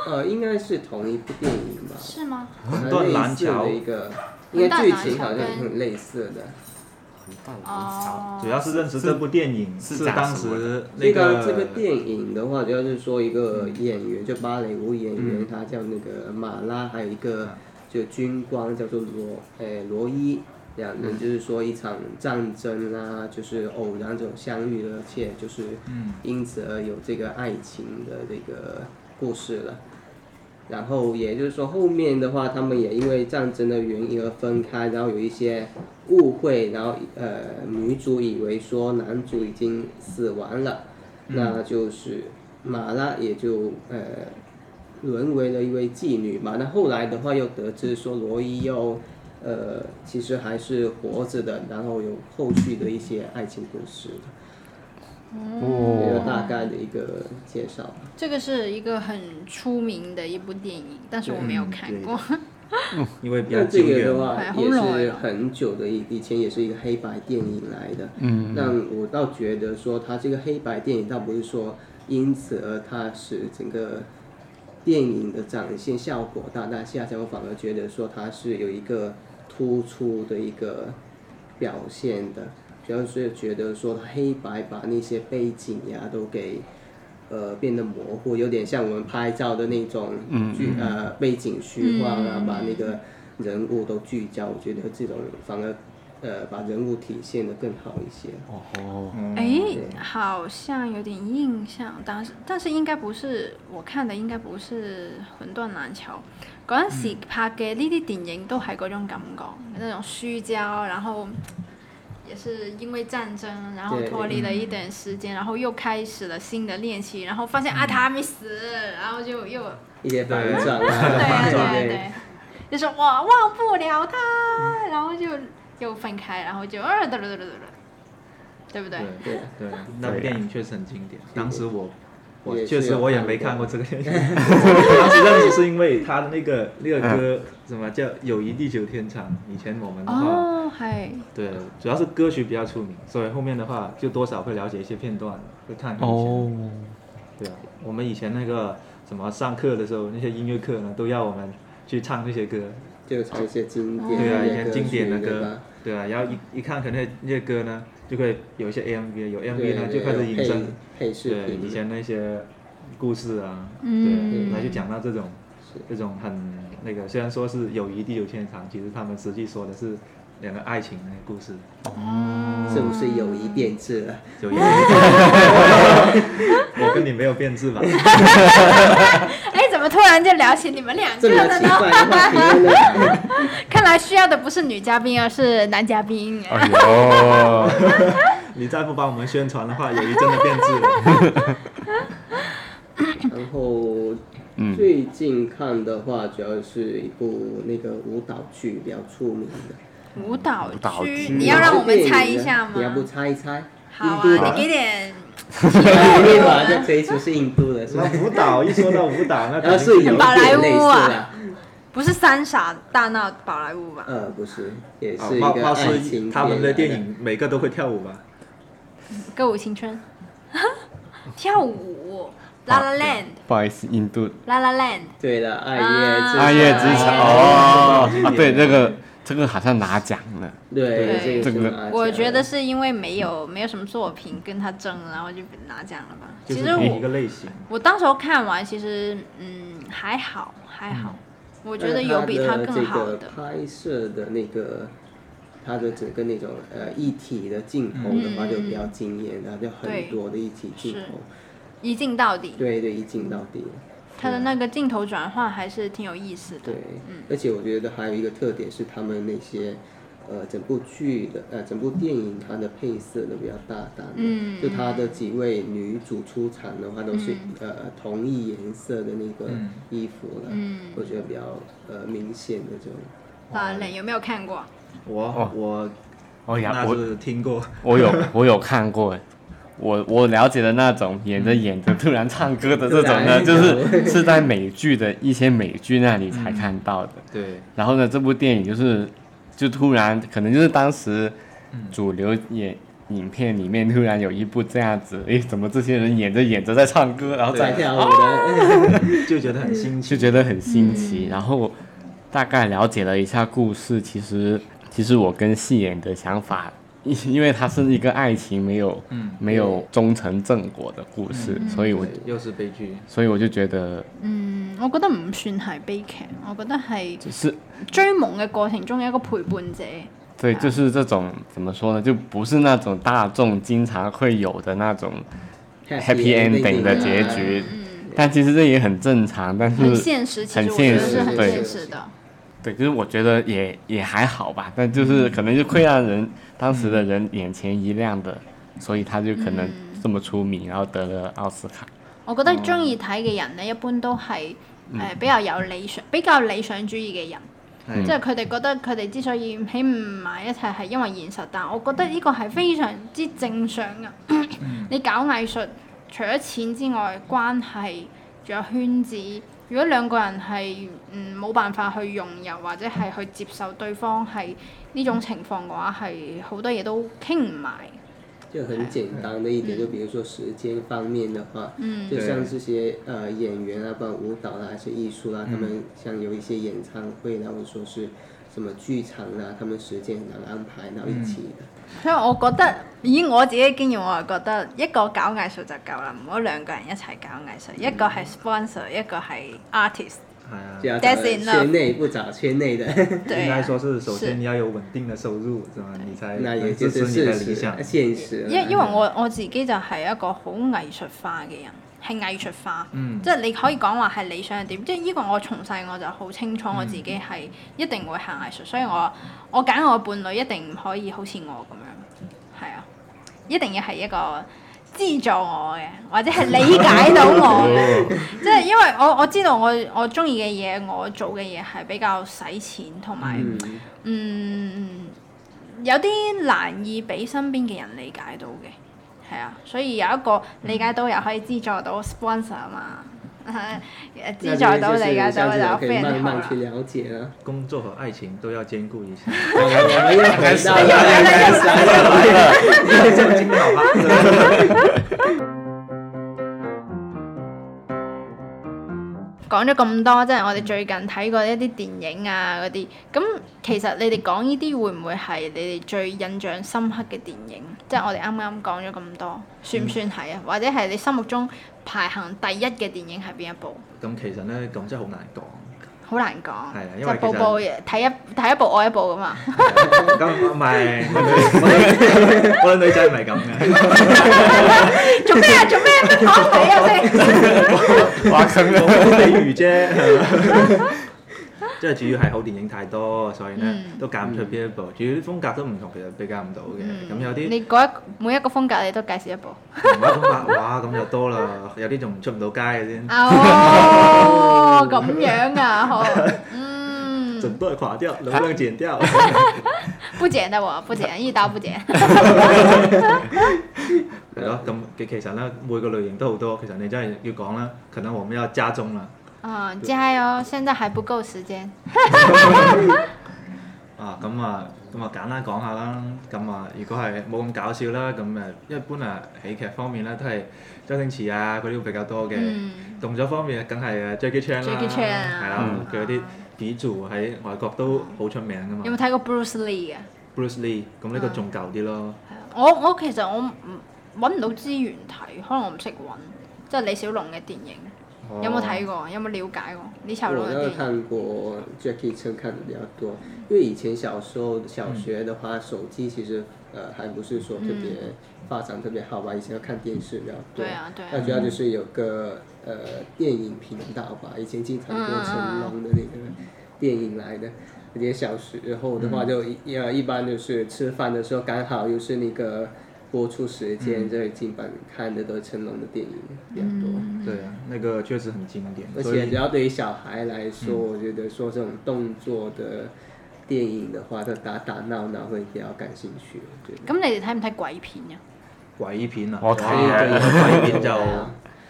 Speaker 4: 呃，应该是同一部电影吧？
Speaker 1: 是嗎？
Speaker 4: 很
Speaker 3: 断
Speaker 4: 类
Speaker 3: 蓝
Speaker 4: 似
Speaker 3: 桥
Speaker 4: 的一个，
Speaker 1: 很
Speaker 4: 应
Speaker 1: 大
Speaker 4: 该剧
Speaker 1: 蓝
Speaker 4: 情
Speaker 1: 桥
Speaker 4: 好像
Speaker 1: 跟
Speaker 4: 很类似的。
Speaker 1: 哦，
Speaker 3: 主要是認識這部電影
Speaker 2: 是
Speaker 3: 是
Speaker 2: 講
Speaker 3: 當
Speaker 2: 什麼
Speaker 3: 時
Speaker 4: 那
Speaker 3: 那嗯
Speaker 4: 个
Speaker 3: 個
Speaker 4: 这个电影的话，主要是说一个演员，就芭蕾舞演
Speaker 3: 嗯
Speaker 4: 员，他叫那个马拉，还有一个就军官叫做罗，诶罗伊，两
Speaker 3: 嗯
Speaker 4: 人就是说一场战争啦，就是偶然这种相遇而且就是
Speaker 3: 嗯
Speaker 4: 因此而有这个爱情的这个故事了。然后也就是说，后面的话，他们也因为战争的原因而分开，然后有一些误会，然后呃，女主以为说男主已经死亡了，那就是马拉也就呃沦为了一位妓女嘛。那后来的话，又得知说罗伊又呃其实还是活着的，然后有后续的一些爱情故事，这个
Speaker 2: 哦，
Speaker 4: 大概的一个介绍吧。
Speaker 1: 这个是一个很出名的一部電影，但是我没有看过。
Speaker 3: 因為比較
Speaker 4: 那
Speaker 3: 久
Speaker 4: 这个的
Speaker 3: 遠，
Speaker 4: 话
Speaker 1: 哎好
Speaker 4: 也
Speaker 1: 老
Speaker 4: 是
Speaker 1: 呀
Speaker 4: 很久的，以以前也是一个黑白电影来的。嗯，但我倒觉得说，呃它这个黑白电影倒不是说因此而它使整个电影的展现效果大大下降，我反而觉得说它是有一个突出的一个表现的。主要是觉得说它黑白把那些背景呀、都给呃变得模糊，有点像我们拍照的那种
Speaker 3: 嗯
Speaker 4: 具、呃背景虚化啊，把那个人物都聚焦，我觉得这种反而呃把人物体现的更好一些。
Speaker 2: 哦，
Speaker 1: 哎、好像有点印象，但是但是應該不是我看的，應該不是《魂斷藍橋》。嗰陣時拍嘅呢啲電影都係嗰種感覺，那種虛焦，然後也是因為戰爭，然後
Speaker 4: 對
Speaker 1: 脱離了一段時間，然後又開始了新的練習，然後發現啊他還沒死，然後就又
Speaker 4: 一些反转
Speaker 1: 对
Speaker 4: 啊，
Speaker 1: 啊
Speaker 4: 对
Speaker 1: 对啊
Speaker 4: 不对？
Speaker 1: 对，就是我忘不了他，然後就又分開，然後就啊得了得了得了，對不對？
Speaker 3: 對
Speaker 4: 对
Speaker 3: 對，那部
Speaker 2: 對
Speaker 3: 電影確實很經典。當時我，我
Speaker 4: 也是
Speaker 3: 確實
Speaker 4: 有
Speaker 3: 我也
Speaker 4: 看
Speaker 3: 沒
Speaker 4: 過
Speaker 3: 看過這個電影，
Speaker 4: [laughs]
Speaker 3: 當時認識是因為他的那個那個歌，什麼叫《友誼地久天長》？以前我們的話，
Speaker 1: 哦，係。
Speaker 3: 對，主要是歌曲比較出名，所以後面的話就多少會了解一些片段，会看一些。
Speaker 2: 哦，
Speaker 3: 对啊，我們以前那個什麼上課的時候，那些音樂課呢，都要我們去唱這些歌。
Speaker 4: 就唱一些经典
Speaker 3: 对啊，以
Speaker 4: 的
Speaker 3: 前
Speaker 4: 歌
Speaker 3: 經典的
Speaker 4: 曲，对
Speaker 3: 歌
Speaker 4: 吧？，
Speaker 3: 對啊，然後一一看可能那些歌呢，就會有一些 AMV，有 MV
Speaker 4: 对
Speaker 3: 呢就
Speaker 4: 对
Speaker 3: 開始引
Speaker 4: 配
Speaker 3: 申。
Speaker 4: 配饰
Speaker 3: 对
Speaker 4: 品
Speaker 3: 以，前那些故事啊，
Speaker 1: 嗯
Speaker 3: 对，那就讲到这种
Speaker 4: 是
Speaker 3: 这种很那个，虽然说是友谊地久天长，其实他们实际说的是两个爱情的故
Speaker 4: [laughs]
Speaker 3: 事。
Speaker 4: 是不是友谊变质啊了？
Speaker 3: 友谊， [laughs] 我跟你没有变质
Speaker 4: [laughs]
Speaker 3: 吧？
Speaker 1: 哎，怎么突然就聊起你们两个
Speaker 4: 这么
Speaker 1: 了
Speaker 4: 奇怪的话题
Speaker 1: 呢？
Speaker 4: 了呢？
Speaker 1: 看来需要的不是女嘉宾，而是男嘉宾。
Speaker 2: 哎呦，
Speaker 3: 你再不帮我们宣传的话，友谊真的变质了。
Speaker 4: 然后
Speaker 3: 嗯
Speaker 4: 最近看的话，主要是一部那个舞蹈剧比较出名的。
Speaker 1: 舞蹈
Speaker 2: 舞蹈
Speaker 1: 区，
Speaker 2: 区
Speaker 1: 你要让我们猜一下吗
Speaker 4: 你？要不猜一猜？
Speaker 1: 好啊，
Speaker 4: 印度的
Speaker 1: 你给点
Speaker 4: 因为马上这一出是印度
Speaker 3: [laughs]
Speaker 4: 的，是吧？
Speaker 3: 那舞蹈一说到舞蹈，那
Speaker 4: 然后呃是有一
Speaker 1: 好莱
Speaker 4: 点类
Speaker 1: 坞
Speaker 4: 似
Speaker 1: 啊
Speaker 4: 的，
Speaker 1: 不是三傻大闹宝莱坞吧？
Speaker 4: 呃，不是，也
Speaker 3: 啊
Speaker 4: 是一
Speaker 3: 貌
Speaker 4: 个
Speaker 3: 貌
Speaker 4: 爱
Speaker 3: 似
Speaker 4: 情
Speaker 3: 他们的
Speaker 4: 片
Speaker 3: 电
Speaker 4: 来
Speaker 3: 影 [laughs] 每个都会跳舞吧？
Speaker 1: 歌舞青春， [laughs] 跳舞，La La Land。
Speaker 2: 不好意思，印度
Speaker 1: La La Land，
Speaker 4: 对了，《爱
Speaker 1: 啊
Speaker 4: 乐之城》。
Speaker 2: 爱乐之城
Speaker 1: 哎
Speaker 2: 哦，啊对，这个这个好像拿奖了，
Speaker 4: 对，
Speaker 1: 对
Speaker 2: 这
Speaker 4: 这个
Speaker 2: 个
Speaker 4: 是拿
Speaker 1: 我
Speaker 4: 奖
Speaker 1: 觉
Speaker 4: 的
Speaker 1: 得是因为没有没有什么作品跟他争，然后就拿奖了吧。
Speaker 3: 就
Speaker 1: 其
Speaker 3: 是
Speaker 1: 实
Speaker 3: 同一
Speaker 1: 我
Speaker 3: 个类型。
Speaker 1: 我当时候看完，其实嗯还好还好，
Speaker 4: 嗯
Speaker 1: 我觉得
Speaker 4: 但是
Speaker 1: 有比
Speaker 4: 它
Speaker 1: 更好
Speaker 4: 的这个拍摄的那个，它的整个那种呃一体的镜头的话
Speaker 1: 嗯
Speaker 4: 就比较惊艳，然后就很
Speaker 1: 对
Speaker 4: 多的一体镜
Speaker 1: 是
Speaker 4: 头，
Speaker 1: 一镜到底，
Speaker 4: 对对，一镜到底，
Speaker 1: 他的那个镜头转换还是挺有意思的
Speaker 4: 对。，
Speaker 1: 嗯
Speaker 4: 而且我觉得还有一个特点是他们那些。呃，整部剧的呃，整部电影它的配色都比较大胆的，
Speaker 1: 嗯
Speaker 4: 就它的几位女主出场的话都是、呃同一颜色的那个
Speaker 3: 嗯
Speaker 4: 衣服了，
Speaker 1: 嗯
Speaker 4: 我觉得比较呃明显的这种。
Speaker 1: La La Land 有没有看过？
Speaker 3: 我我
Speaker 2: 我有
Speaker 3: 那
Speaker 2: 哦哎我
Speaker 3: 是听过，
Speaker 2: 哦我有我有看过，我我了解的那种演着演着突然唱歌的这种呢，
Speaker 4: 突
Speaker 2: 就
Speaker 4: 然
Speaker 2: 是是在美剧的一些美剧那里才看到的。
Speaker 3: 对，
Speaker 2: 然后呢，这部电影就是就突然可能就是当时主流演影片里面突然有一部这样子，诶，怎么这些人演着演着在唱歌，然后
Speaker 4: 在
Speaker 2: 再
Speaker 4: 跳舞
Speaker 2: 哦
Speaker 4: 的，呃
Speaker 3: 就觉得很新
Speaker 2: 就
Speaker 3: 奇。
Speaker 2: 觉得很新奇。然后大概了解了一下故事，其实其实我跟戏演的想法，因因为它是一个爱情没有、
Speaker 3: 嗯
Speaker 2: 没有终成正果的故事，所以我
Speaker 3: 又是悲剧，
Speaker 2: 所以我就觉得
Speaker 1: 嗯，我覺得唔算係悲劇，我覺得係
Speaker 2: 就是
Speaker 4: 嗯
Speaker 1: 追夢嘅過程中嘅一個陪伴者。
Speaker 2: 对，就是这种怎么说呢，就不是那种大众经常会有的那种 happy ending
Speaker 4: 啊
Speaker 2: 的结局。但其实这也很正常，但
Speaker 1: 很
Speaker 2: 是
Speaker 1: 現實，其
Speaker 2: 很
Speaker 1: 實我覺得
Speaker 2: 現
Speaker 1: 是
Speaker 2: 實
Speaker 1: 很
Speaker 2: 對
Speaker 1: 現實的。
Speaker 2: 对，就是我觉得也也还好吧，但就是可能就会让人当时的人眼前一亮的，所以他就可能这么出名，然后得了奥斯卡。
Speaker 1: 我覺得中意睇嘅人咧，一般都係誒、呃比較有理想、比較理想主義嘅人，
Speaker 3: 係
Speaker 1: 即係佢哋覺得佢哋之所以喺唔埋一齊係因為現實，但我覺得呢個係非常之正常嘅。 [coughs] 你搞藝術，除咗錢之外，關係仲有圈子。如果兩個人係嗯冇辦法去融入或者係去接受對方係呢種情況嘅話，係好多嘢都傾唔埋。
Speaker 4: 就很简单的一点，就比如说时间方面的话，嗯，就像这些呃演员啊，不管舞蹈啦、还是艺术啦、他们像有一些演唱会啦，或者说是什么剧场啦、他们时间很难安排到一起的。
Speaker 1: 所以我覺得，以我自己嘅經驗，我係覺得一個搞藝術就夠啦，唔好兩個人一齊搞藝術。一個係 sponsor，一個係 artist。
Speaker 3: 係啊
Speaker 4: 就。要找
Speaker 1: That's enough
Speaker 4: 圈内不找圈内的，
Speaker 1: 對
Speaker 3: 應
Speaker 1: 啊
Speaker 3: 該說是，首
Speaker 1: 是
Speaker 3: 先你要有穩定的收入，是吧？你才
Speaker 4: 那也
Speaker 3: 能
Speaker 4: 就
Speaker 3: 支持
Speaker 4: 是
Speaker 3: 你
Speaker 4: 事
Speaker 3: 的理
Speaker 4: 实
Speaker 3: 想
Speaker 4: 啊、。现实啊。
Speaker 1: 因因為我我自己就係一個好藝術化嘅人，係藝術化，
Speaker 3: 嗯
Speaker 1: 即係你可以講話係理想係點。即係呢個我從細我就好清楚我自己係一定會行藝術，所以我我揀我嘅伴侶一定唔可以好似我咁樣，係啊，一定要係一個資助我嘅，或者係理解到我嘅。即係因為我我知道我我中意嘅嘢，我做嘅嘢係比較使錢同埋
Speaker 4: 嗯，
Speaker 1: 嗯有啲難以俾身邊嘅人理解到嘅，係啊，所以有一個理解到又可以資助到 sponsor 啊嘛， [laughs] 誒資助到理解到就
Speaker 4: 就可
Speaker 1: 非
Speaker 4: 以
Speaker 1: 常之
Speaker 4: 慢
Speaker 1: 好
Speaker 4: 慢
Speaker 1: 啦
Speaker 4: 去。了解了。
Speaker 3: 工作和愛情都要兼顧一
Speaker 4: [laughs]
Speaker 3: 下。
Speaker 4: 我们又回到了
Speaker 3: 正经好吧？
Speaker 1: 講咗咁多，即係我哋最近睇過一啲電影啊嗰啲，咁其實你哋講呢啲會唔會係你哋最印象深刻嘅電影？即係我哋啱啱講咗咁多，算唔算係啊？或者係你心目中排行第一嘅電影係邊一部？
Speaker 3: 咁其實咧，咁真係好難講。
Speaker 1: 好難講
Speaker 3: 係啊，因
Speaker 1: 即
Speaker 3: 為
Speaker 1: 係部
Speaker 3: 其實
Speaker 1: 部嘢睇一睇一部愛一部噶嘛。
Speaker 3: 咁唔係我女，我女仔唔係咁嘅。
Speaker 1: 做咩
Speaker 3: [laughs]
Speaker 1: 啊？做咩？乜講你啊？你
Speaker 2: 挖坑
Speaker 3: 我比喻啫， [laughs] 即係主要係好電影太多，所以咧
Speaker 1: 嗯
Speaker 3: 都揀唔出邊一部。主要啲風格都唔同，其實比較唔到嘅。咁有啲
Speaker 1: 嗯你嗰一每一個風格你都介紹一部。
Speaker 3: 唔係風格，哇咁就多啦。有啲仲出唔到街嘅先，
Speaker 1: 哦，
Speaker 3: [laughs]
Speaker 1: 咁樣啊，好，嗯，
Speaker 3: 仲都係垮
Speaker 4: 啊
Speaker 3: 掉，流量剪掉。
Speaker 1: 不剪的我不剪，一刀不
Speaker 3: [laughs]
Speaker 1: 剪。
Speaker 3: 係咯，咁其其實咧每個類型都好多。其實你真係要講啦，可能我們要加中啦。
Speaker 1: 嗯，加油，現在還不夠時間。
Speaker 3: 啊，咁啊，咁啊簡單講下啦。咁啊，如果係冇咁搞笑啦，咁誒一般啊喜劇方面咧都係周星馳啊嗰啲會比較多嘅。
Speaker 1: 嗯
Speaker 3: 動作方面啊梗係誒 Jackie Chan 啦，
Speaker 1: Jackie Chan 啊
Speaker 3: 係啦，佢嗰啲鼻祖喺外國都好出名噶
Speaker 1: 有冇
Speaker 3: 嘛。
Speaker 1: 睇過 Bruce Lee 啊？
Speaker 3: Bruce Lee，咁
Speaker 1: 嗯
Speaker 3: 呢個仲舊啲咯。
Speaker 1: 我我其實我唔揾唔到資源睇，可能我唔識揾，即係李小龍嘅電影，
Speaker 3: 哦
Speaker 1: 有冇睇過？有冇了解過李小龍
Speaker 4: 我
Speaker 1: 嘅
Speaker 4: 倒
Speaker 1: 電
Speaker 4: 是
Speaker 1: 影？
Speaker 4: 看過 Jackie Chan 看的比較多，因為以前小時候
Speaker 1: 嗯
Speaker 4: 小學的話，手機其實呃還不是說特別發展特別好吧，以前要看電視比較多。
Speaker 1: 對嗯啊對啊
Speaker 4: 那主要就是有個呃電影頻道吧，以前經常
Speaker 1: 嗯
Speaker 4: 播成龍的那個電影來的。而且小時候的話，
Speaker 1: 嗯
Speaker 4: 就一呃一般就是吃飯的時候，剛好又是那個播出時
Speaker 1: 嗯
Speaker 4: 間，所以基本看的都是成龍的電影比較多。
Speaker 1: 嗯
Speaker 3: 對啊，那個確實很經典。
Speaker 4: 而
Speaker 3: 所
Speaker 4: 且
Speaker 3: 以
Speaker 4: 只要对于小孩来说，我觉得说这种动作的电影的话，他打打闹闹会比较感兴趣。我觉得
Speaker 1: 咁你哋睇唔睇鬼片啊？
Speaker 3: 鬼片啊，
Speaker 2: 我睇
Speaker 3: 哇鬼片就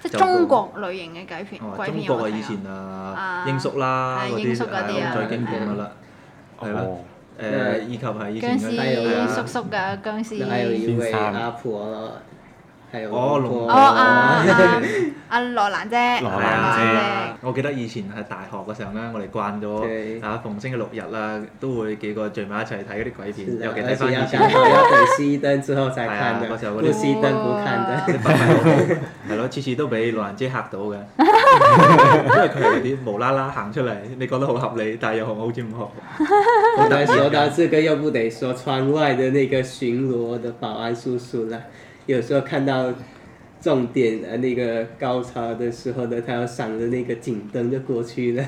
Speaker 1: 即係
Speaker 3: 就
Speaker 1: 中國類型嘅鬼片，
Speaker 3: 哦
Speaker 1: 鬼
Speaker 3: 中
Speaker 1: 片
Speaker 3: 國
Speaker 1: 有
Speaker 3: 啊，
Speaker 1: 冇
Speaker 3: 以
Speaker 1: 睇
Speaker 3: 前啊
Speaker 1: 啊
Speaker 3: 英叔啦
Speaker 1: 係
Speaker 3: 嗰
Speaker 1: 英叔
Speaker 3: 啲
Speaker 1: 嗰啲
Speaker 3: 係
Speaker 1: 啊
Speaker 3: 最經典噶啦，係啦。
Speaker 2: 哦，
Speaker 3: 誒，以及係以
Speaker 1: 僵
Speaker 3: 前嗰啲
Speaker 1: 屍
Speaker 3: 啊
Speaker 1: 叔叔嘅僵
Speaker 3: [laughs]
Speaker 1: 屍
Speaker 4: 那还有一位
Speaker 2: 先生
Speaker 4: 阿婆，还有
Speaker 3: 哦
Speaker 1: 哦
Speaker 4: 龙
Speaker 1: 啊
Speaker 3: [laughs]
Speaker 1: 啊阿羅蘭姐，
Speaker 2: 羅蘭姐
Speaker 3: 係
Speaker 1: 羅蘭
Speaker 3: 啊！我記得以前係大學嗰時候咧，我哋慣
Speaker 4: 對
Speaker 3: 咗啊逢星期六日啦，都會幾個聚埋一齊睇嗰啲鬼片，
Speaker 4: 是的
Speaker 3: 尤其
Speaker 4: 而
Speaker 3: 睇翻
Speaker 4: 且
Speaker 3: [laughs]
Speaker 4: 要
Speaker 3: 以前
Speaker 4: 刚好要等熄灯之后才
Speaker 3: 哎呀
Speaker 1: [laughs]
Speaker 4: 看的
Speaker 3: 我
Speaker 1: 哦
Speaker 3: 想，我
Speaker 4: 不
Speaker 3: 就
Speaker 4: 熄灯不看的。
Speaker 3: 啲白係咯，次次都俾羅蘭姐嚇到嘅，因為佢係嗰啲無啦啦行出嚟，你覺得好合理，但係又好似唔合。
Speaker 4: 我们说到这个，又不得说窗外的那个巡逻的保安叔叔了。有时候看到重点的那个高潮的时候呢，他要闪着那个警灯就过去了。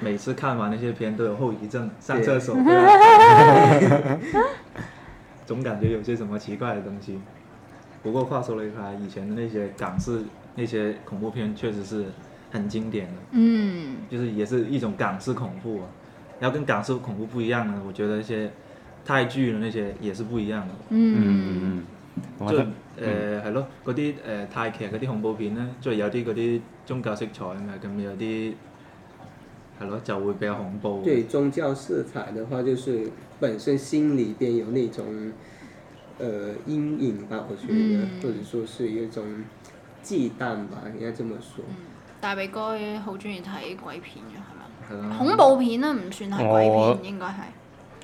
Speaker 3: 每次看完那些片都有後遺症，上
Speaker 4: 對
Speaker 3: 廁所都要 [laughs] 總感覺有些什麼奇怪的東西。不過話說回來，以前的那些港式那些恐怖片確實是很經典的。
Speaker 1: 嗯，
Speaker 3: 就是也是一种港式恐怖啊。然后跟港式恐怖不一样呢，我觉得一些泰剧的那些也是不一样的。
Speaker 1: 嗯，
Speaker 2: 嗯，我
Speaker 3: 就
Speaker 2: 覺得
Speaker 3: 誒係咯，嗰啲誒泰劇嗰啲恐怖片呢，即係有啲嗰啲宗教色彩啊嘛，咁有啲係咯就會比較恐怖。
Speaker 4: 对宗教色彩的话，就是本身心里边有那种呃阴影吧，我觉得，
Speaker 1: 嗯
Speaker 4: 或者说是有一种忌惮吧，应该这么说。
Speaker 1: 大鼻哥好中意睇鬼片嘅係
Speaker 3: 係
Speaker 1: 咪？
Speaker 3: 咯，
Speaker 1: 恐怖片啦，唔算係鬼
Speaker 2: 我
Speaker 1: 片，應該係。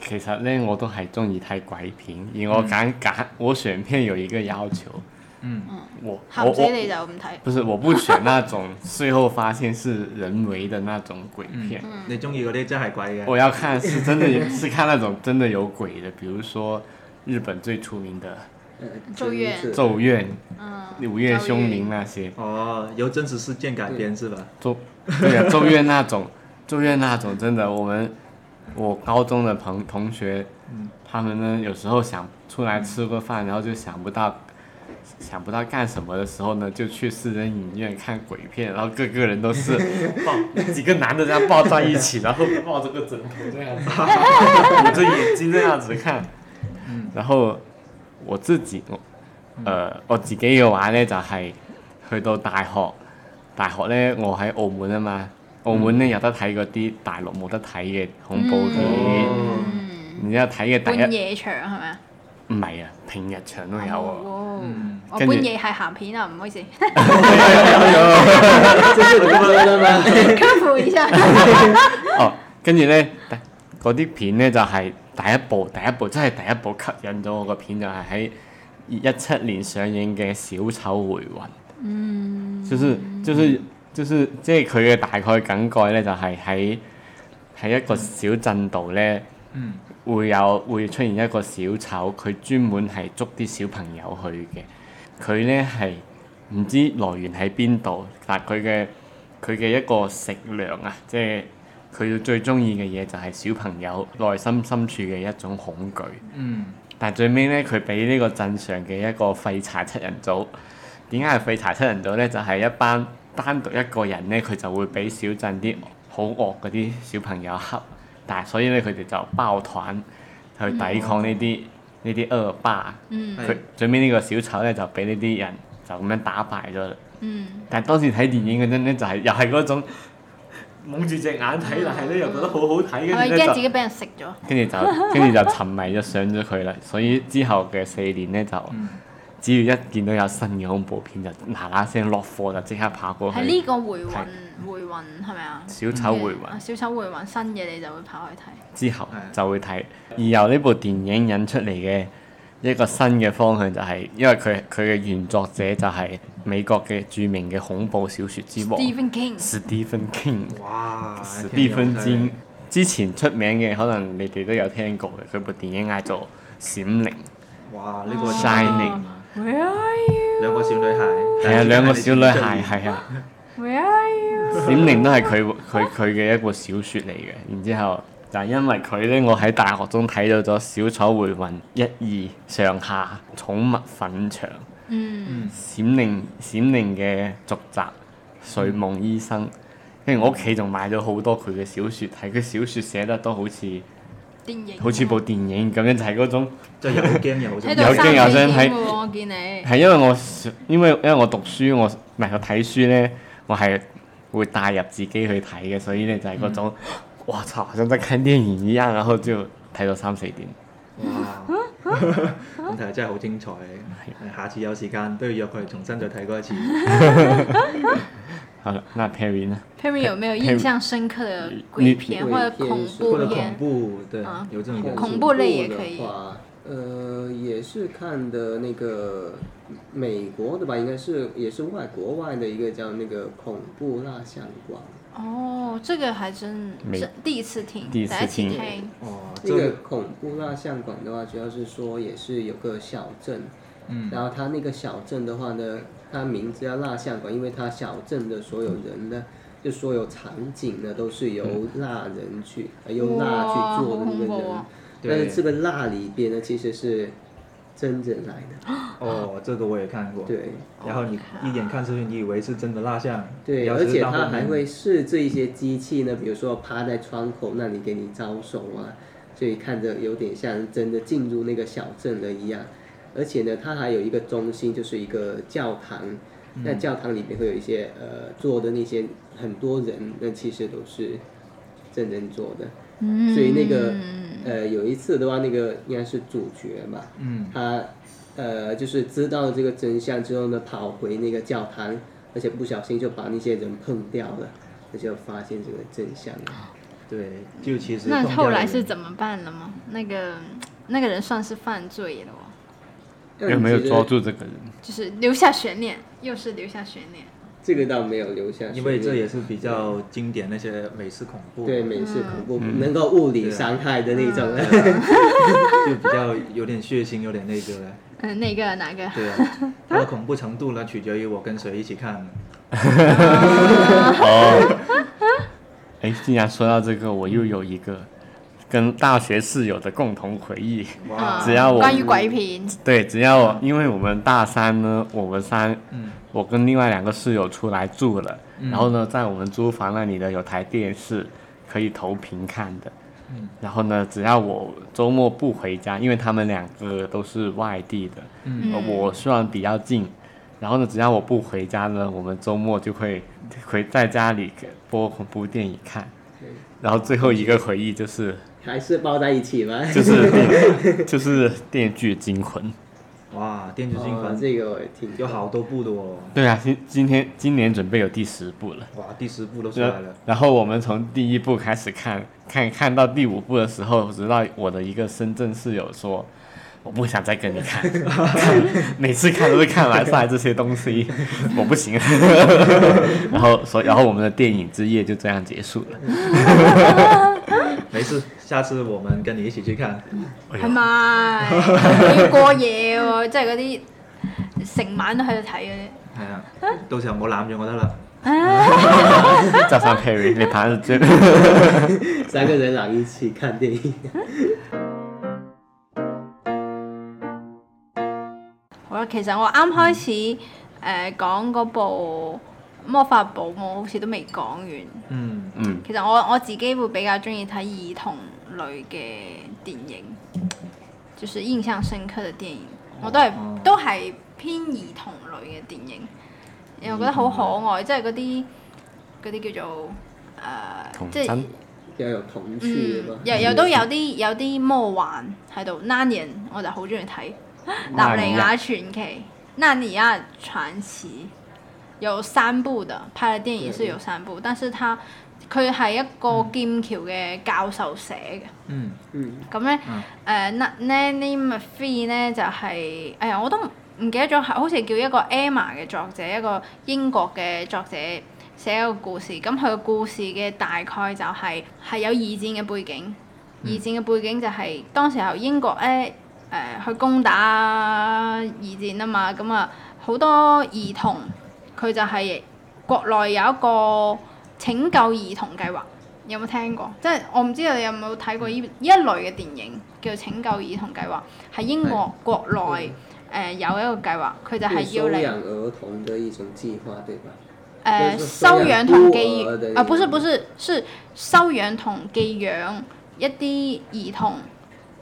Speaker 2: 其實咧我都係中意睇鬼片，而我揀揀我選片有一個要求，
Speaker 3: 嗯，
Speaker 2: 我我
Speaker 1: 鹹死
Speaker 2: 我
Speaker 1: 你就唔睇。
Speaker 2: 不是我不選那種最後發現是人為的那種鬼片，
Speaker 1: 嗯
Speaker 3: 你中意嗰啲真係鬼嘅。
Speaker 2: [laughs] 我要看是真的有是看那種真的有鬼的，比如說日本最出名的
Speaker 4: 呃，
Speaker 1: 嗯咒
Speaker 4: 真
Speaker 1: 怨
Speaker 4: 是
Speaker 2: 《咒怨》
Speaker 1: 嗯，
Speaker 2: 《午夜凶鈴》
Speaker 1: 咒怨
Speaker 2: 那些，
Speaker 3: 哦，由真實事件改編是吧？
Speaker 2: 咒对啊，《咒怨》那種，《咒怨》那種真的，我们我高中的朋同学，他们呢有时候想出来吃个饭，然后就想不到。想不到干什么的时候呢，就去私人影院看鬼片，然后各个人都是抱几个男的这样抱在一起，然后抱着个枕头这样子，捂着眼睛这样子看。然後我自己，我誒、呃我自己嘅話咧，就係、去到大學，大學咧我喺澳門啊嘛，澳門咧有得睇嗰啲大陸冇得睇嘅恐怖片，
Speaker 3: 哦，
Speaker 2: 然之後睇嘅第
Speaker 1: 嗯半
Speaker 2: 一
Speaker 1: 夜場係咪啊？
Speaker 2: 唔係啊，平日場都有喎、
Speaker 1: 哦
Speaker 3: 嗯
Speaker 1: 我
Speaker 2: 跟住
Speaker 1: 半夜係鹹片啊，唔好意思， [laughs]
Speaker 4: 这是我说的吗？
Speaker 5: [laughs]
Speaker 1: 科普一
Speaker 2: [laughs]
Speaker 1: 下。
Speaker 2: 哦，跟住咧嗰啲片咧就係、第一部，第一部真係第一部吸引咗我個片就係喺一七年上映嘅《小丑回魂》。就是就是就是即係佢嘅大概梗概咧，就係喺喺一個小鎮度咧，
Speaker 3: 嗯
Speaker 2: 會有會出現一個小丑，佢專門係捉啲小朋友去嘅。佢咧係唔知來源喺邊度，但佢嘅佢嘅一個食糧啊，即係佢最中意嘅嘢就係小朋友內心 [laughs] 深處嘅一種恐懼。
Speaker 5: 嗯，
Speaker 2: 但最尾咧，佢俾呢個鎮上嘅一個廢柴七人組。點解係廢柴七人組咧？就係、一班單獨一個人咧，佢就會俾小鎮啲好惡嗰啲小朋友恰，但係所以咧佢哋就抱團去抵抗呢啲呢啲惡霸。
Speaker 1: 嗯
Speaker 2: 佢最尾呢個小丑咧就俾呢啲人就咁樣打敗咗啦。
Speaker 1: 嗯，
Speaker 2: 但係當時睇電影嗰陣咧，就係、又係嗰種蒙住隻眼睇，但係咧又覺得好好睇，
Speaker 1: 係咪
Speaker 2: 跟住咧
Speaker 1: 驚
Speaker 2: 就
Speaker 1: 自己俾人食咗？
Speaker 2: 跟住
Speaker 1: [laughs]
Speaker 2: 就跟住就沉迷咗上咗佢啦。所以之後嘅四年咧，就
Speaker 1: 嗯
Speaker 2: 只要一見到有新嘅恐怖片，就嗱嗱聲落貨就即刻跑過
Speaker 1: 係
Speaker 2: 去。
Speaker 1: 呢個回魂回魂係咪啊？
Speaker 2: 小丑回魂
Speaker 1: 啊小丑回魂新嘢你就會跑去睇。
Speaker 2: 之後
Speaker 5: 係
Speaker 2: 就會睇，而由呢部電影引出嚟嘅一個新嘅方向就係、因為佢佢嘅原作者就係美國嘅著名嘅恐怖小説之王
Speaker 1: Stephen King
Speaker 2: Stephen King。
Speaker 3: 啊
Speaker 5: 哇，
Speaker 2: 史
Speaker 5: 聽
Speaker 2: 蒂
Speaker 5: 起
Speaker 2: 芬
Speaker 5: 好犀利
Speaker 2: 詹之前出名嘅，可能你哋都有聽過嘅，佢部電影嗌做《閃靈》，
Speaker 5: 哇，呢
Speaker 3: 哦
Speaker 5: 個
Speaker 2: 哦 Shining
Speaker 1: ，Where are you？
Speaker 5: 兩個小女孩，
Speaker 2: 係啊，兩個小女孩係啊，
Speaker 1: Where are you？
Speaker 2: 《閃靈》都係佢佢佢嘅一部小説嚟嘅。然之後，但係因為佢咧，我喺大學中睇到咗《小丑回魂》一二上下寵物粉腸。
Speaker 1: 嗯，
Speaker 2: 閃靈閃靈嘅續集《睡夢醫生》，跟住我屋企仲買咗好多佢嘅小説睇，佢小説寫得都好似
Speaker 1: 電影
Speaker 2: 好似部電影咁樣，就係嗰種。
Speaker 5: 即係又好驚又好
Speaker 1: 喺
Speaker 5: 驚
Speaker 1: 度
Speaker 2: 有
Speaker 1: 生
Speaker 2: 驚有
Speaker 1: 飛添
Speaker 2: 聲喺
Speaker 1: 喎，我見
Speaker 2: [laughs]
Speaker 1: 你。
Speaker 2: 係因為我因為因為我讀書，我唔係我睇書咧，我係會帶入自己去睇嘅，所以咧就係嗰種，哇操，好像在看電影一樣，然後就睇到三四點。
Speaker 5: 哇！咁睇嚟真係好精彩，下次有時間都要約佢重新再睇過一次。
Speaker 2: 好了，那 Perry 呢？
Speaker 1: Perry 有沒有印象深刻的
Speaker 2: 你
Speaker 1: 鬼片
Speaker 4: 鬼
Speaker 1: 或者
Speaker 4: 片
Speaker 1: 恐
Speaker 4: 是
Speaker 1: 怖
Speaker 5: 或者恐
Speaker 1: 片？
Speaker 5: 怖，對
Speaker 1: 啊，
Speaker 5: 有這種元
Speaker 1: 恐
Speaker 5: 素。
Speaker 1: 怖类也可以
Speaker 4: 的话，呃，也是看的那个美国的吧，应该是也是外国外的一个叫那个恐怖蜡像馆，
Speaker 1: 哦，这个还真
Speaker 2: 没
Speaker 1: 是第一次听，
Speaker 2: 第一次
Speaker 1: 一次
Speaker 2: 听
Speaker 1: 听。
Speaker 5: 哦，
Speaker 4: 那
Speaker 5: 這
Speaker 4: 个
Speaker 5: 個
Speaker 4: 恐怖蜡像馆的话，主要是说也是有个小镇，
Speaker 5: 嗯
Speaker 4: 然后它那个小镇的话呢，它名字叫蜡像馆，因为它小镇的所有人呢，就所有场景呢都是由蜡人去、呃用蜡
Speaker 1: 哇
Speaker 4: 去做的那
Speaker 1: 好恐怖
Speaker 4: 个人，
Speaker 1: 哦
Speaker 4: 但
Speaker 5: 對
Speaker 4: 是这个蜡里边呢其实是真人来的，
Speaker 5: 哦，這個我也看過。
Speaker 4: 对
Speaker 5: 然後
Speaker 1: 哦
Speaker 5: 你一眼看出去，你以為是真的蠟像，
Speaker 4: 对，
Speaker 5: 然後
Speaker 4: 而
Speaker 5: 是
Speaker 4: 且
Speaker 5: 到後
Speaker 4: 它还
Speaker 5: 面
Speaker 4: 会试这一些机器呢，比如说趴在窗口那里给你招手啊，所以看着有点像真的进入那个小镇了一样。而且呢，它还有一个中心，就是一个教堂。
Speaker 5: 嗯
Speaker 4: 那教堂里面会有一些呃做的那些很多人，那其实都是真人做的。
Speaker 1: 嗯
Speaker 4: 所以那个呃有一次的话，那个应该是主角吧，
Speaker 5: 嗯，
Speaker 4: 他呃就是知道这个真相之后呢，跑回那个教堂，而且不小心就把那些人碰掉了，那就发现这个真相了。
Speaker 2: [laughs]
Speaker 5: 對，就其實
Speaker 1: 那
Speaker 5: 放
Speaker 1: 后
Speaker 5: 掉
Speaker 1: 来
Speaker 5: 了
Speaker 1: 是怎么办了吗？那个那个人算是犯罪了哦，
Speaker 4: 但
Speaker 2: 有沒有
Speaker 4: 其實
Speaker 2: 抓住這個人？
Speaker 1: 就是留下悬念，又是留下悬念。
Speaker 4: 这个倒没有留下，
Speaker 5: 因為這也是比較经典那些美式恐怖，
Speaker 4: 对美式恐怖、
Speaker 2: 嗯
Speaker 4: 能够物理伤害的那种。
Speaker 2: 啊
Speaker 5: 就比较有点血腥，有点那个了。
Speaker 1: 嗯，那个哪个？
Speaker 5: 对
Speaker 1: [laughs]
Speaker 5: 啊，它的恐怖程度呢，取决于我跟谁一起看。
Speaker 2: 哦，哎，既然說到這個，我又有一個跟大學室友的共同回憶。
Speaker 1: 啊，
Speaker 2: 只要我
Speaker 1: 关于鬼片，
Speaker 2: 对，只要我因为我们大三呢，我们三，
Speaker 5: 嗯
Speaker 2: 我跟另外两个室友出来住了，然后呢，在我们租房那里呢有台电视可以投屏看的，
Speaker 5: 嗯
Speaker 2: 然后呢，只要我周末不回家，因为他们两个都是外地的，
Speaker 5: 嗯
Speaker 2: 呃我虽然比较近，然后呢，只要我不回家呢，我们周末就会 [laughs] 回在家里播恐怖电影看，然后最后一个回忆就是
Speaker 4: [laughs]
Speaker 5: [laughs]
Speaker 4: 还是抱在一起吗？
Speaker 2: 就是电 [laughs] 就是电锯惊魂。
Speaker 5: 哇，《电锯惊
Speaker 4: [laughs] 哦
Speaker 5: 魂》
Speaker 4: 这个我也听
Speaker 5: 有好多部的哦。
Speaker 2: 对啊，今今天今年准备有第十部了。
Speaker 5: 哇，第十部都出
Speaker 4: 啊
Speaker 5: 来了。
Speaker 2: 然后我们从第一部开始看，看看到第五部的时候，直到我的一个深圳室友说：“我不想再跟
Speaker 5: [laughs]
Speaker 2: 你看，每次看都是看完晒这些东西，我不
Speaker 5: [laughs]
Speaker 2: 行。”然后所以然后我们的电影之夜就这样结束了。
Speaker 5: 没事，下次我们跟你一起去看。
Speaker 2: 哎
Speaker 1: 係
Speaker 2: 呦
Speaker 1: 咪？要過夜喎，即係嗰啲成晚都喺度睇嗰啲。
Speaker 5: 哎係啊，到時候唔好攬住我得啦。
Speaker 2: 就翻 Perry，你拍咗張。
Speaker 4: 三个人朗一起看电影。
Speaker 1: 好啦，其實我啱開始誒、呃、講嗰部魔法保姆，好似都未講完。
Speaker 5: 嗯，
Speaker 2: 嗯，
Speaker 1: 其實我我自己會比較中意睇兒童類嘅電影，就是印象深刻嘅電影，我都係
Speaker 5: 哦
Speaker 1: 都係偏兒童類嘅電影，因為我覺得好可愛，即係嗰啲嗰啲叫做誒，呃
Speaker 2: 童
Speaker 1: 即係
Speaker 2: 真。
Speaker 4: 要有童趣
Speaker 1: 嗯
Speaker 4: 嘛，，
Speaker 1: 又又都有啲有啲魔幻喺度。n 年我就好中意睇《納尼亞傳奇》，《納尼亞傳奇》有三部的，拍嘅電影是有三部，但是他佢係一個劍橋嘅教授寫嘅。
Speaker 5: 嗯，
Speaker 4: 嗯，
Speaker 1: 咁呃咧
Speaker 5: 嗯
Speaker 1: 誒 Nanny McPhee 咧就係、哎呀我都唔記得咗，好似叫一個 Emma 嘅作者，一個英國嘅作者寫一個故事。咁佢個故事嘅大概就係、係有二戰嘅背景，二戰嘅背景就係、當時候英國咧誒、去攻打二戰啊嘛，咁啊好多兒童佢就係國內有一個拯救兒童計劃。有冇聽過？即係我唔知道你有冇睇過呢呢一類嘅電影，叫《拯救兒童計劃》，係英國國內誒、呃有一個計劃，佢就係要
Speaker 4: 收
Speaker 1: 你
Speaker 4: 养儿童的一种计划，对吧？
Speaker 1: 誒
Speaker 4: 就是
Speaker 1: 呃收
Speaker 4: 收
Speaker 1: 養
Speaker 4: 養
Speaker 1: 同
Speaker 4: 孤
Speaker 1: 寄
Speaker 4: 兒的
Speaker 1: 啊，不是
Speaker 4: 一
Speaker 1: 不
Speaker 4: 個
Speaker 1: 是，是收養同寄養一啲兒童，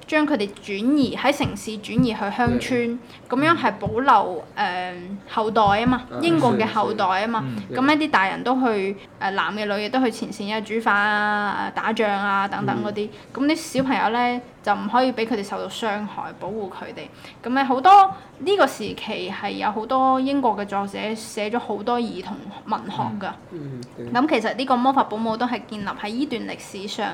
Speaker 1: 將佢哋轉移喺城市轉移去鄉村，咁樣係保留誒、後代啊嘛，
Speaker 4: 啊
Speaker 1: 英國嘅
Speaker 4: 是
Speaker 1: 後代啊嘛。
Speaker 5: 嗯
Speaker 1: 咁呢啲大人都去誒、呃男嘅女嘅都去前線啊煮飯啊打仗啊等等嗰啲，咁啲、小朋友咧就唔可以俾佢哋受到傷害，保護佢哋。咁咧好多呢、個時期係有好多英國嘅作者寫咗好多兒童文學㗎。
Speaker 4: 嗯，对。
Speaker 1: 咁其實呢個魔法保姆都係建立喺呢段歷史上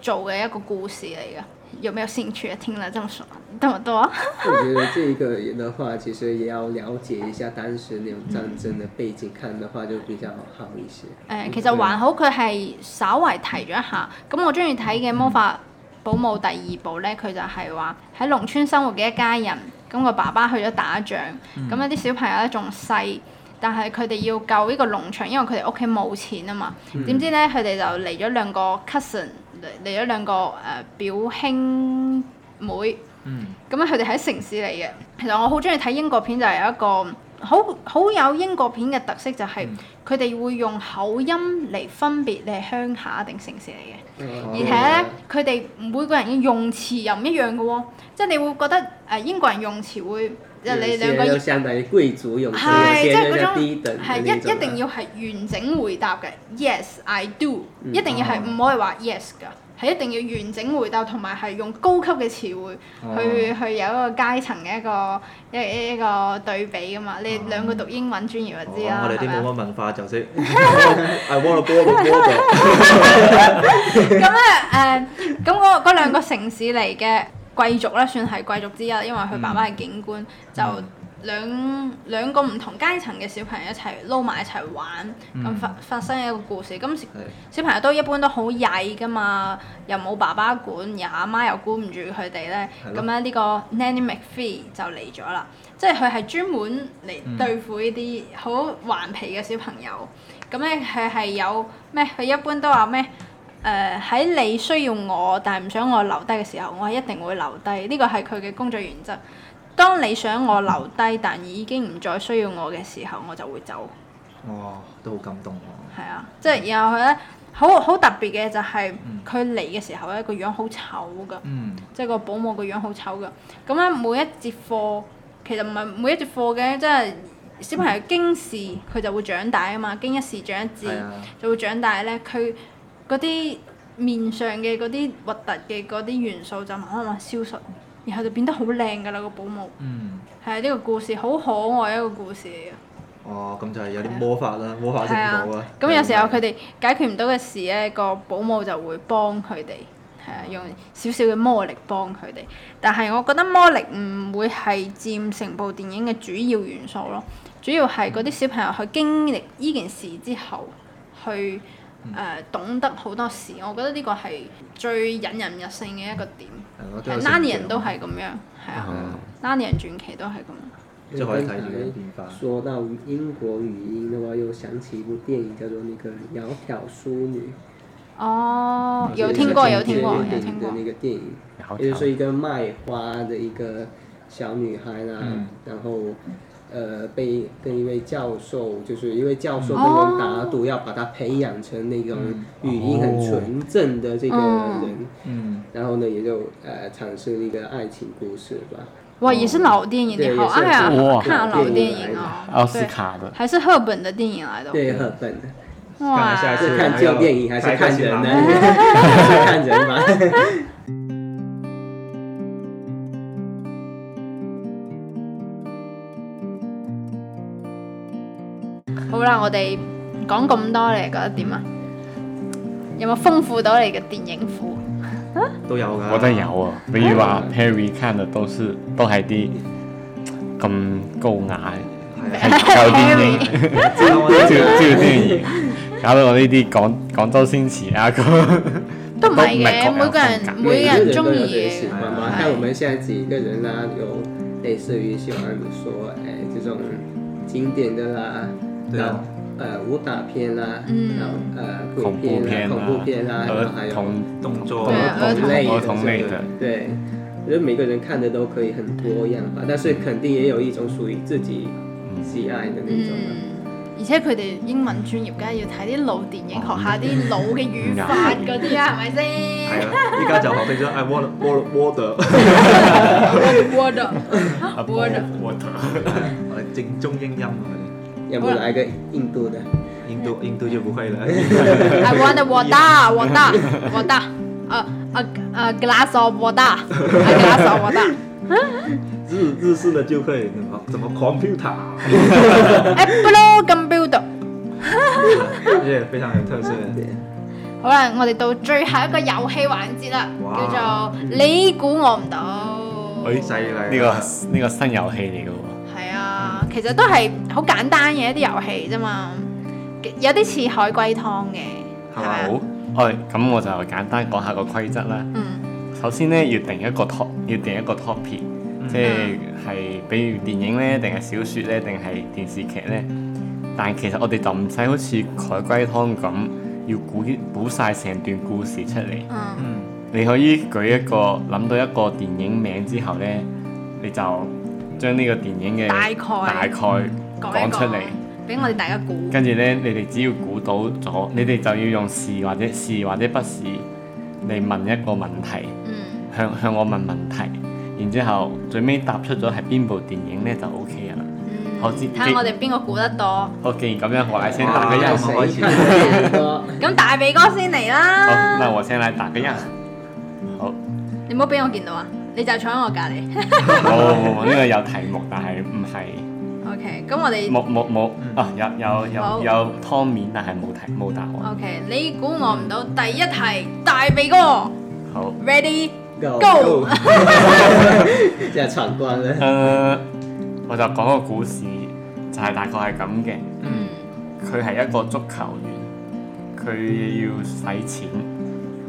Speaker 1: 做嘅一個故事嚟嘅。有沒有興趣啊？聽了這麼爽，這麼多？
Speaker 4: [laughs] 我觉得这个的话，其实也要了解一下当时那种战争的背景，看的话就比较好一些。
Speaker 1: 誒、哎其實還好，佢係稍為提咗一下。咁我中意睇嘅《魔法保姆》第二部咧，佢就係話喺農村生活嘅一家人，咁個爸爸去咗打仗，咁有啲小朋友咧仲細，但係佢哋要救呢個農場，因為佢哋屋企冇錢啊嘛。點知咧佢哋就嚟咗兩個 cousin，嚟嚟咗兩個誒、呃表兄妹。
Speaker 5: 嗯
Speaker 1: 咁啊咧佢哋喺城市嚟嘅。其實我好中意睇英國片，就係有一個好好有英國片嘅特色，就係佢哋會用口音嚟分別你係鄉下定城市嚟嘅。
Speaker 4: 嗯哦
Speaker 1: 而且咧，佢哋每個人嘅用詞又唔一樣嘅喎，即係你會覺得誒、呃英國人用詞會即係你兩個
Speaker 4: 就相当于貴族勇士，有
Speaker 1: 係即
Speaker 4: 些
Speaker 1: 係
Speaker 4: 人
Speaker 1: 嗰
Speaker 4: 就
Speaker 1: 種
Speaker 4: 低等的
Speaker 1: 係一
Speaker 4: 那種啊
Speaker 1: 一定要係完整回答嘅，yes I do，
Speaker 4: 嗯
Speaker 1: 一定要係唔可以話 yes 㗎，係一定要完整回答，同埋係用高級嘅詞彙去去有一個階層嘅一個一一一個對比㗎嘛。你哋兩個讀英文專業就知啦
Speaker 5: 哦，我哋
Speaker 1: 係
Speaker 5: 啲
Speaker 1: 咪
Speaker 5: 冇
Speaker 1: 啊
Speaker 5: 乜文化就識 [laughs] ，I wanna b o a b o a
Speaker 1: 咁咧誒，咁嗰嗰兩個城市嚟嘅貴族咧，算係貴族之一，因為佢爸爸係警官，就
Speaker 5: 嗯
Speaker 1: 兩兩個唔同階層嘅小朋友一齊撈埋一齊玩，咁發發生一個故事。咁
Speaker 5: 哎
Speaker 1: 小朋友都一般都好曳噶嘛，又冇爸爸管，又阿媽又管唔住佢哋咧。
Speaker 5: 係
Speaker 1: 咁
Speaker 5: 咯
Speaker 1: 咧呢個 Nanny McPhee 就嚟咗啦，即係佢係專門
Speaker 5: 嗯
Speaker 1: 嚟對付呢啲好頑皮嘅小朋友。咁咧佢係有咩？佢一般都話咩？呃誒喺、你需要我，但係唔想我留低嘅時候，我係一定會留低。呢個係佢嘅工作原則。當你想我留低，但已經唔再需要我嘅時候，我就會走。
Speaker 5: 哇，都好感哦動喎，
Speaker 1: 係啊，即係然後佢咧，好好特別嘅就係佢嚟嘅時候咧，個樣好醜㗎，
Speaker 5: 嗯
Speaker 1: 即係個保姆個樣好醜㗎。咁咧每一節課其實唔係每一節課嘅，即係小朋友經事佢就會長大啊嘛，經一事長一智。
Speaker 5: 係啊，
Speaker 1: 就會長大咧，佢嗰啲面上嘅嗰啲核突嘅嗰啲元素就慢慢慢慢消失，然後就變得好靚㗎啦個保姆。
Speaker 5: 嗯。
Speaker 1: 係啊，呢個故事好可愛一啊個故事嚟嘅。
Speaker 5: 哦，咁就係有啲魔法啦，魔法聖母啊。
Speaker 1: 咁有時候佢哋解決唔到嘅事咧，個保姆就會幫佢哋，係啊，用少少嘅魔力幫佢哋。但係我覺得魔力唔會係佔成部電影嘅主要元素咯，主要係嗰啲小朋友去經歷呢件事之後，去誒、呃懂得好多事。我覺得呢個係最引人入勝嘅一個點。
Speaker 5: 係咯，都有聖
Speaker 1: 係
Speaker 5: 母
Speaker 1: Narnia 人都係咁樣，係啊
Speaker 2: 嗯
Speaker 1: ，Narnia 人傳奇都係咁。
Speaker 5: 即係可以睇住佢嘅變化。
Speaker 4: 说到英国语音的话，又想起一部电影叫做那个《窈窕淑女》，啊
Speaker 1: 哦，有听过，有听过，有
Speaker 4: 电
Speaker 1: 听
Speaker 4: 影
Speaker 1: 过
Speaker 4: 的。那个电影，
Speaker 2: 然后
Speaker 4: 也就是一个卖花的一个小女孩啦、
Speaker 5: 嗯
Speaker 4: 然后呃被跟一位教授，就是一位教授
Speaker 1: 嗯
Speaker 4: 跟人
Speaker 1: 哦
Speaker 4: 打赌，要把她培养成那种语音很
Speaker 5: 哦
Speaker 4: 纯正的这个
Speaker 1: 哦
Speaker 4: 人，
Speaker 5: 嗯，
Speaker 4: 然后呢也就呃产生了一个爱情故事吧。
Speaker 1: 哇，也是老电影，
Speaker 4: 对
Speaker 1: 你好
Speaker 4: 也是
Speaker 1: 爱啊
Speaker 2: 哇，
Speaker 1: 看老电影
Speaker 2: 奥
Speaker 1: 哦。
Speaker 2: 斯
Speaker 1: 对，
Speaker 2: 卡的，
Speaker 1: 还是赫本的电影来的。
Speaker 4: 对，很笨的，
Speaker 5: 看
Speaker 1: 哇，
Speaker 5: 一下
Speaker 4: 是看
Speaker 5: 还有
Speaker 4: 旧电影还是
Speaker 5: 还有
Speaker 4: 看人呢？
Speaker 5: 还有
Speaker 4: [laughs] 是看人吧。
Speaker 1: 好啦，我哋講咁多，你覺得點啊？有冇豐富到你嘅電影庫？
Speaker 5: 都有㗎。
Speaker 2: 我覺得有啊。比如話 Perry 看的都是都嗯係啲咁高雅
Speaker 5: 係啊
Speaker 2: 嘅舊電影，照照電影，搞到我呢啲廣廣州先詞啊咁。
Speaker 1: 都唔係嘅，
Speaker 2: 都唔係各有
Speaker 1: 每個人
Speaker 2: 風
Speaker 1: 每個人中
Speaker 4: 都有
Speaker 1: 意
Speaker 4: 自己喜
Speaker 1: 嘅。
Speaker 4: 欢嘛。
Speaker 1: 哎
Speaker 4: 像我们现在几个人啦、有类似于喜欢说，哎，这种经典的啦，
Speaker 5: 对
Speaker 4: 然后
Speaker 5: 啊
Speaker 4: 呃武打片啦，
Speaker 1: 嗯
Speaker 4: 然后呃
Speaker 2: 恐
Speaker 4: 鬼
Speaker 2: 怖
Speaker 4: 片
Speaker 2: 片
Speaker 4: 啦、
Speaker 2: 啊，
Speaker 4: 恐怖片啦，然后还
Speaker 2: 兒
Speaker 4: 有
Speaker 2: 童
Speaker 5: 動作
Speaker 1: 對
Speaker 5: 啊，
Speaker 1: 兒童
Speaker 4: 类
Speaker 2: 兒
Speaker 4: 的
Speaker 2: 童類的，
Speaker 4: 对。我觉得每个人看的都可以很多样吧，但是肯定也有一种属于自己喜爱的那种啊吧。
Speaker 1: 嗯，而且佢哋英文專業，梗係要睇啲老電影，學下啲老嘅語法嗰啲啊，係咪
Speaker 5: 係
Speaker 1: [laughs]
Speaker 3: [laughs]
Speaker 1: 先
Speaker 5: 啊，依家就學識咗 I want water water，
Speaker 1: ？Word word，
Speaker 5: 我哋正宗英音啊我
Speaker 1: 嗯
Speaker 4: 要不来个印度的？
Speaker 5: 哋印度印度就不會啦。
Speaker 1: I want a water water water，啊啊啊 glass of water，a glass of water。
Speaker 5: 日日式的就會怎麼怎麼 computer，
Speaker 1: Apple computer。
Speaker 5: 而且非常有特色嘅。
Speaker 1: 好啦，我哋到最後一個遊戲環節啦，
Speaker 5: 哇
Speaker 1: 叫做你估我唔到。
Speaker 5: 哎犀利啦
Speaker 2: 呢個呢個新遊戲嚟嘅喎。
Speaker 1: 係啊，其實都係好簡單嘅一啲遊戲啫嘛，有啲似海龜湯嘅，係咪啊
Speaker 2: 好？，哎，咁我就簡單講下個規則啦。
Speaker 1: 嗯
Speaker 2: 首先咧，要定一個 top，要定一個 topic，
Speaker 1: 嗯
Speaker 2: 即係係比如電影咧，定係小説咧，定係電視劇咧。但其實我哋就唔使好似海龜湯咁，要估估晒成段故事出嚟。
Speaker 1: 嗯，
Speaker 5: 嗯，
Speaker 2: 你可以舉一個諗到一個電影名之後咧，你就將呢個電影嘅
Speaker 1: 大概
Speaker 2: 大概
Speaker 1: 講一
Speaker 2: 講出嚟。，
Speaker 1: 俾我哋大家估。
Speaker 2: 跟住咧，你哋只要估到咗，你哋就要用是或者是或者不是嚟問一個問題，
Speaker 1: 嗯，
Speaker 2: 向向我問問題，然之後最尾答出咗係邊部電影咧就 O K 啦。
Speaker 1: 嗯
Speaker 2: 好知
Speaker 1: 睇下我哋邊個估得多。
Speaker 2: 好，既然咁樣，我來先打
Speaker 5: 哇
Speaker 2: 個樣。
Speaker 5: 好
Speaker 2: 好，
Speaker 4: 啊谁看的
Speaker 1: [laughs]
Speaker 4: 最多？
Speaker 1: 咁大鼻哥先嚟啦，
Speaker 2: 那我先來打個樣。好，
Speaker 1: 你唔好俾我見到啊！你就坐喺我隔離。 [laughs]
Speaker 2: 冇冇冇，哦呢個有題目，但係唔係
Speaker 1: OK，咁我哋。
Speaker 2: 冇冇冇啊，有有
Speaker 1: 好
Speaker 2: 有有湯面，但係冇題冇答案。
Speaker 1: OK，你估我唔到第一題，大鼻哥
Speaker 2: 好，
Speaker 1: ，ready
Speaker 4: Go
Speaker 1: go，
Speaker 4: [laughs] 现在闯关了。
Speaker 2: 誒、呃我就講個故事，就係、大概係咁嘅。
Speaker 1: 嗯，
Speaker 2: 佢係一個足球員，佢要使錢，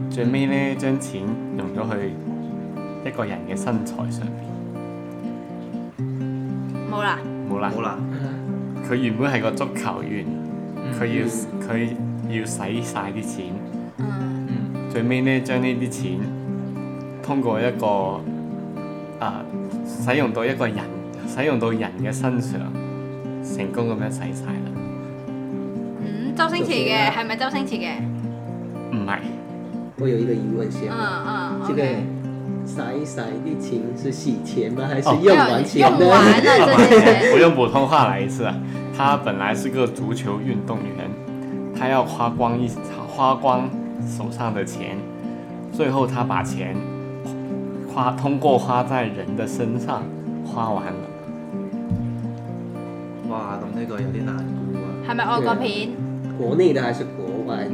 Speaker 2: 最尾呢將錢用咗去一個人嘅身材上邊，
Speaker 1: 冇啦，
Speaker 2: 冇啦
Speaker 5: 好。啦，
Speaker 2: 佢原本係個足球員，佢要佢要使晒啲錢，
Speaker 1: 嗯，
Speaker 5: 嗯，
Speaker 2: 最尾呢將呢啲錢通過一個啊、使用到一個人，使用到人嘅身上，成功咁樣使晒啦。
Speaker 1: 嗯，周星馳嘅係咪周星馳嘅？
Speaker 2: 唔係，
Speaker 4: 我有一个疑问先，
Speaker 1: 嗯嗯
Speaker 4: 这个
Speaker 1: ，OK，
Speaker 4: 撒一撒的情是洗钱吗？还是
Speaker 2: 哦
Speaker 4: 用完钱
Speaker 1: 用
Speaker 4: 呢？
Speaker 1: 完啊 [laughs] 了这些钱，
Speaker 2: 我用普通话来一次啊。他本来是个足球运动员，他要花光一花光手上的钱，最后他把钱花通过花在人的身上花完了。
Speaker 5: 哇，咁呢個有啲難估啊。
Speaker 1: 係咪外國片？
Speaker 4: 国内的还是国外的？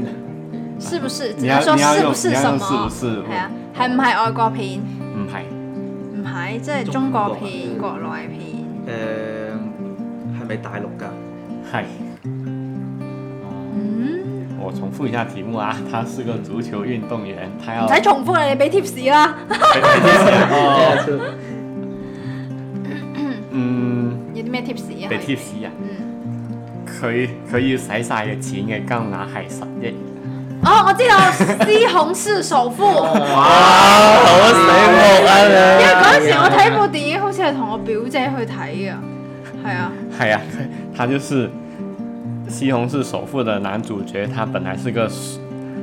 Speaker 1: 是不是？只
Speaker 2: 你要
Speaker 1: 能說
Speaker 2: 你要
Speaker 1: 是不
Speaker 2: 用
Speaker 1: 是
Speaker 2: 你
Speaker 1: 什
Speaker 2: 要用
Speaker 1: 麼？
Speaker 2: 是不是？
Speaker 1: 係啊，係唔係外國片？
Speaker 2: 唔係，
Speaker 1: 唔係，即係中國片、
Speaker 4: 中
Speaker 2: 嗯
Speaker 1: 國內片。
Speaker 5: 誒
Speaker 2: 呃
Speaker 5: 係咪大陸㗎？
Speaker 2: 係。
Speaker 1: 嗯，
Speaker 2: 我重复一下题目啊，他是个足球运动员，他要
Speaker 1: 唔使重複 [laughs] 啦，你俾 tips 啦。
Speaker 4: 呃
Speaker 2: 哦，
Speaker 4: 出
Speaker 2: 嗯，
Speaker 1: 有啲咩 tips 啊？
Speaker 2: 俾 tips 人，
Speaker 1: 嗯，
Speaker 2: 佢佢要使晒嘅錢嘅金額係十億。
Speaker 1: 哦，我知道 [laughs] 西紅柿首富，因
Speaker 2: 哇！好醒目啊
Speaker 1: 為
Speaker 2: 你！
Speaker 1: 嗰陣時我睇部電影，好似係同我表姐去睇噶，係啊，
Speaker 2: [laughs] 係啊，他就是《西虹市首富》的男主角，他本來是個守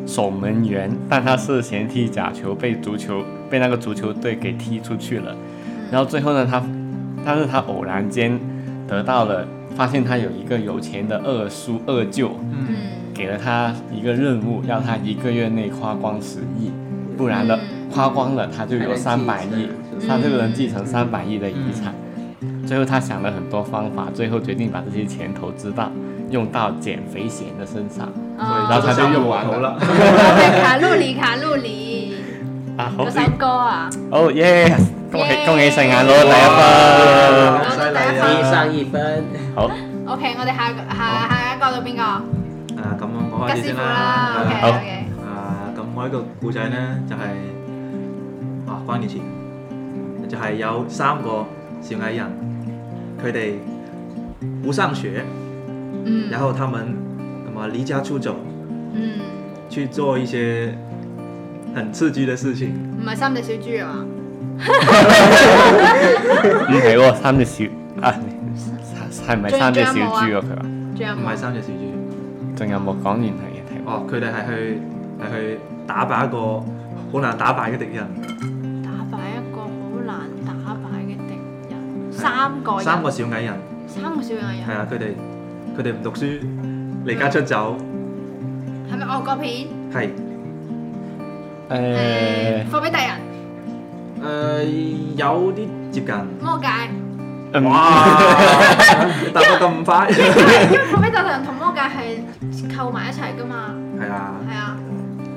Speaker 2: 守門員，但他涉嫌踢假球被足球被那個足球隊給踢出去了。然后最後呢，他但是他偶然間得到了，發現他有一個有錢的二叔二舅，
Speaker 1: 嗯，
Speaker 2: 給了他一個任務，要他一個月內花光十億，不然的
Speaker 1: 嗯
Speaker 2: 花光了他就有三百億，他这个人继承三百亿的遗产。最后他想了很多方法，最后决定把这些钱投资到用到减肥险的身上
Speaker 1: 哦
Speaker 2: 然後佢就用完
Speaker 3: 好啦，
Speaker 1: OK，卡路里卡路里
Speaker 2: 啊！好
Speaker 1: 嗰首歌啊，
Speaker 2: 哦 yes，恭喜
Speaker 1: Yeah
Speaker 2: 恭喜成眼攞第一分，
Speaker 1: 攞到第一
Speaker 4: 第
Speaker 1: 分。
Speaker 4: 上一分，
Speaker 2: 好
Speaker 1: OK，我哋下個下下一個到邊個？
Speaker 3: 啊咁我開
Speaker 1: 吉
Speaker 3: 始
Speaker 1: 師
Speaker 3: 先
Speaker 1: 傅
Speaker 3: 啦
Speaker 1: 啦。
Speaker 3: 係
Speaker 1: ，OK
Speaker 3: 啦
Speaker 1: OK，
Speaker 3: 啊，咁我呢個故仔呢，就係、啊關鍵詞，就係、有三個小矮人，佢哋不上學，
Speaker 1: 嗯
Speaker 3: 然後他們那麼離家出走，
Speaker 1: 嗯，
Speaker 3: 去做一些很刺激的事情。
Speaker 1: 唔係三隻小豬啊嘛，
Speaker 2: 唔係喎，三隻小啊，係咪三隻小豬啊？佢
Speaker 1: 仲有
Speaker 2: 話
Speaker 3: 唔係
Speaker 1: 冇？
Speaker 3: 三隻小豬，
Speaker 2: 仲有冇講完係嘅題目？
Speaker 3: 哦，佢哋係去係去打敗一個好難打敗嘅敵人。嗯
Speaker 1: 打敗一個好難打敗嘅敵人，三個人，
Speaker 3: 三個小矮人，
Speaker 1: 三個小矮
Speaker 3: 係
Speaker 1: 人，
Speaker 3: 啊，佢哋佢哋唔讀書，離家出走，
Speaker 1: 係咪外國片？
Speaker 3: 係
Speaker 2: 誒
Speaker 1: 誒，，貨比特人，
Speaker 3: 誒、有啲接近。 [laughs]
Speaker 1: 魔界，
Speaker 2: 嗯
Speaker 3: 哇！答得咁快， [laughs]
Speaker 1: 因為因為貨比特人同魔界係扣埋一齊㗎嘛，
Speaker 3: 係啊，
Speaker 1: 係啊，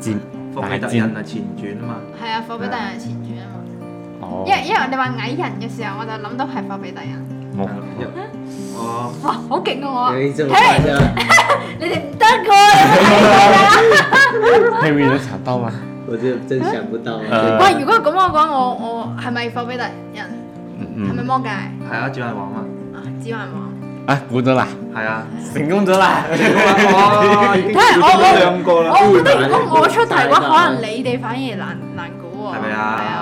Speaker 2: 戰
Speaker 3: 福比特人係前傳啊嘛，
Speaker 1: 係啊，貨比特人係前傳啊嘛，
Speaker 2: 哦
Speaker 1: 因，為因為你話矮人嘅時候，我就諗到係貨比特人，
Speaker 2: 我
Speaker 3: 係咯哦我
Speaker 1: 哇，好勁啊我啊，
Speaker 4: 有一
Speaker 1: 睇
Speaker 4: 这么快
Speaker 1: 嚟
Speaker 4: 的，
Speaker 1: 你哋唔得㗎。
Speaker 2: Harry 能想到嗎？
Speaker 4: 我就真想不到。啊
Speaker 2: 呃
Speaker 1: 喂，如果咁我講，我我係咪貨比特人？
Speaker 2: 嗯
Speaker 1: 係咪
Speaker 2: 嗯，
Speaker 1: 魔界？
Speaker 3: 係啊，主人王嘛，
Speaker 1: 啊，指環王。
Speaker 2: 啊，估咗啦，
Speaker 3: 係
Speaker 1: [laughs]
Speaker 3: 啊，
Speaker 2: 成功咗啦！
Speaker 1: 哦
Speaker 3: 哇，已經
Speaker 1: 睇嚟我
Speaker 3: 估到兩個啦，
Speaker 1: 我覺得如果我出題嘅話，可能你哋反而難難估喎。
Speaker 3: 係咪啊
Speaker 1: 係啊，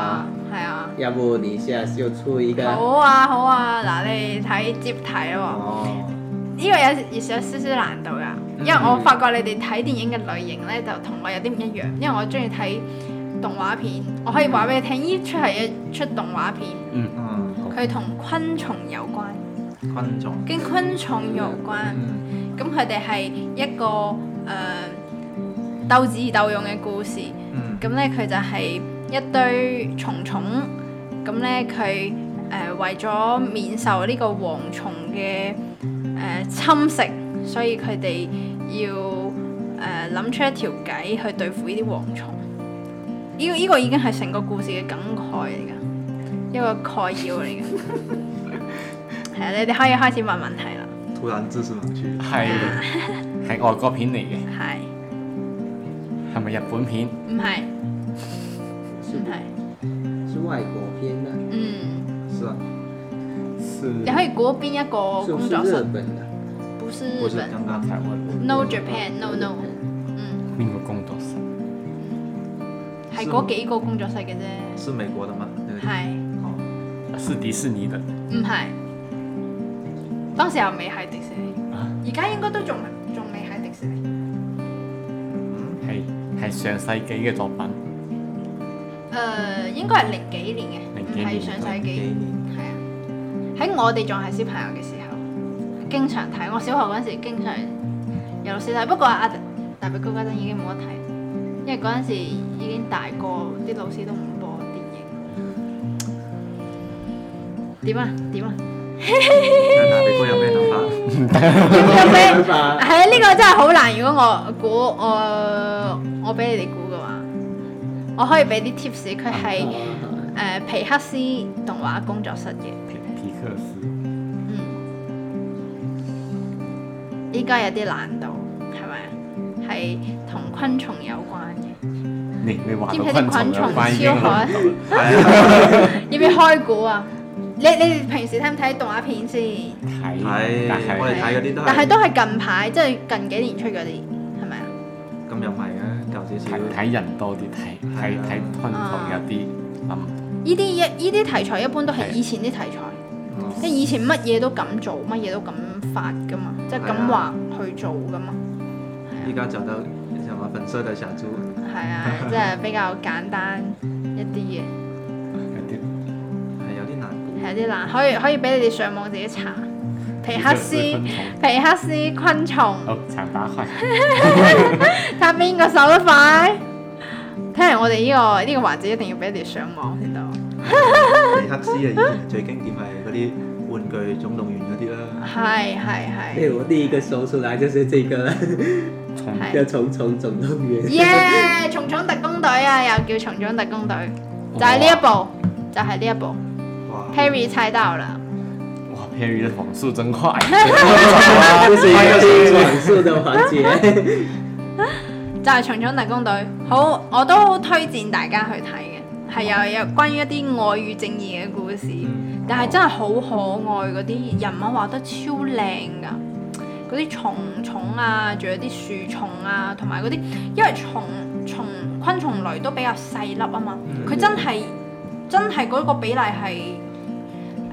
Speaker 1: 係啊。
Speaker 4: 要不你下次就出一
Speaker 1: 好
Speaker 4: 个，
Speaker 1: 啊，好啊，嗱，你睇接題喎。
Speaker 3: 哦，
Speaker 1: 呢個有有少少難度噶，因為我發覺你哋睇電影嘅類型咧，就同我有啲唔一樣，因為我中意睇動畫片，我可以話俾你聽，呢出係一出動畫片，
Speaker 3: 嗯，
Speaker 1: 佢同昆蟲有關，
Speaker 3: 昆蟲，
Speaker 1: 跟昆蟲有關。
Speaker 3: 嗯，
Speaker 1: 咁佢哋係一個誒、呃、鬥智鬥勇嘅故事。
Speaker 3: 嗯，
Speaker 1: 咁咧佢就係一堆蟲蟲，咁咧佢誒為咗免受呢個蝗蟲嘅誒、呃侵蝕，所以佢哋要誒諗、出一條計去對付呢啲蝗蟲。呢、個呢、個已經係成個故事嘅梗概嚟㗎，一個概要嚟㗎。係啊，你哋可以開始問問題啦。
Speaker 3: 嗯突然知識盲區，
Speaker 2: 係係外國片嚟嘅，
Speaker 1: 係。
Speaker 2: 係咪日本片？
Speaker 1: 唔係，
Speaker 4: 是
Speaker 1: 唔係，
Speaker 4: 是外國片的，
Speaker 1: 嗯，
Speaker 3: 是啊，
Speaker 2: 是
Speaker 1: 你可以估邊一個
Speaker 4: 是不
Speaker 1: 哦工
Speaker 4: 是
Speaker 1: 作
Speaker 4: 日
Speaker 1: 室？
Speaker 4: 本的
Speaker 1: 不是
Speaker 3: 不
Speaker 1: 日
Speaker 3: 是
Speaker 1: 本
Speaker 3: 剛剛才問，
Speaker 1: ，No Japan No No，嗯，
Speaker 2: 邊個工作室？
Speaker 1: 係嗰幾個工作室嘅啫，
Speaker 3: 是美國的嗎？那個
Speaker 1: 係
Speaker 3: 哦，
Speaker 2: 是迪士尼的。
Speaker 1: 唔係？當時又未係迪士尼，
Speaker 2: 啊
Speaker 1: 而家應該都仲仲未係迪士尼。
Speaker 2: 係係上世紀嘅作品，
Speaker 1: 誒，應該係零幾年嘅，
Speaker 2: 零
Speaker 1: 唔
Speaker 2: 幾
Speaker 1: 係
Speaker 2: 年
Speaker 1: 上世
Speaker 3: 幾
Speaker 1: 紀，
Speaker 3: 年，
Speaker 1: 係啊。喺我哋仲係小朋友嘅時候，經常睇。我小學嗰陣時經常有老師睇，不過阿大鼻哥嗰陣已經冇得睇，因為嗰陣時已經大個，啲老師都唔播電影。點啊點啊！
Speaker 3: 那大鼻哥有咩諗法？
Speaker 1: 有咩？
Speaker 4: 沒
Speaker 1: 係
Speaker 4: 辦法，
Speaker 1: 啊！呢、個真係好難。如果我估我我俾你哋估嘅話，我可以俾啲 tips。佢係
Speaker 4: 好啊好啊
Speaker 1: 誒皮克斯動畫工作室嘅，
Speaker 2: 皮皮克斯。
Speaker 1: 嗯，依家嗯有啲難度，係咪啊？係同昆蟲有關嘅，
Speaker 2: 你你
Speaker 5: 啊
Speaker 2: 話
Speaker 1: 知
Speaker 2: 到
Speaker 1: 唔知啲
Speaker 2: 昆
Speaker 1: 昆
Speaker 2: 蟲
Speaker 1: 蟲
Speaker 2: 有關已經
Speaker 1: 超可？
Speaker 3: 係啊，
Speaker 1: 要唔要開估啊？你你哋平時睇唔睇動畫片先？
Speaker 2: 睇
Speaker 5: 睇
Speaker 2: 睇，但係
Speaker 5: 我哋睇嗰啲都係
Speaker 1: 但係都係近排，即係近幾年出嗰啲，係咪啊？
Speaker 5: 咁又唔係嘅，舊少少
Speaker 2: 睇。睇人多啲，睇睇睇昆蟲有啲諗，
Speaker 1: 呢啲一呢啲題材一般都係
Speaker 2: 係
Speaker 1: 以前啲題材，
Speaker 5: 嗯
Speaker 1: 即係以前乜嘢都咁做，乜嘢都咁發噶嘛，即係咁
Speaker 5: 係
Speaker 1: 話
Speaker 5: 啊
Speaker 1: 去做噶嘛。
Speaker 5: 依家就得就話粉色嘅小豬， [laughs]
Speaker 1: 係啊，即係比較簡單一啲嘅，
Speaker 2: 有啲
Speaker 5: 係有啲難嗯估。
Speaker 1: 係有啲難，可以可以俾你哋上網自己查皮克斯、
Speaker 2: 昆蟲，
Speaker 1: 皮克斯昆蟲，
Speaker 2: 好殘打開，
Speaker 1: 睇下邊個手得快。聽嚟我哋呢、個呢、個環節一定要俾你哋上網先得喎。
Speaker 5: 皮克斯啊，以前最經典係嗰啲玩具總動員嗰啲啦，
Speaker 1: 係係係
Speaker 4: 对，哎我第一个搜出来就是这个了，
Speaker 2: 蟲
Speaker 1: 係
Speaker 4: 叫。《虫虫总动员》。
Speaker 1: 耶！蟲蟲特工隊啊，又叫蟲蟲特工隊，就係呢一部，就係呢一部。
Speaker 5: 哇！
Speaker 1: Perry 猜到了，
Speaker 2: 哇，Perry 的網速真快，
Speaker 4: 这是一
Speaker 2: 哎
Speaker 4: 个转述的环节。 [laughs]
Speaker 1: 就係蟲蟲特工隊。好，我都推薦大家去睇嘅，係有有關於一啲愛與正義嘅故事，
Speaker 5: 嗯
Speaker 1: 但係真係好可愛嗰啲人物畫得超靚㗎。嗰啲蟲蟲啊，仲有啲樹蟲啊，同埋嗰啲，因為蟲蟲昆蟲類都比較細粒啊嘛，
Speaker 5: 嗯
Speaker 1: 佢真係真係嗰個比例係誒、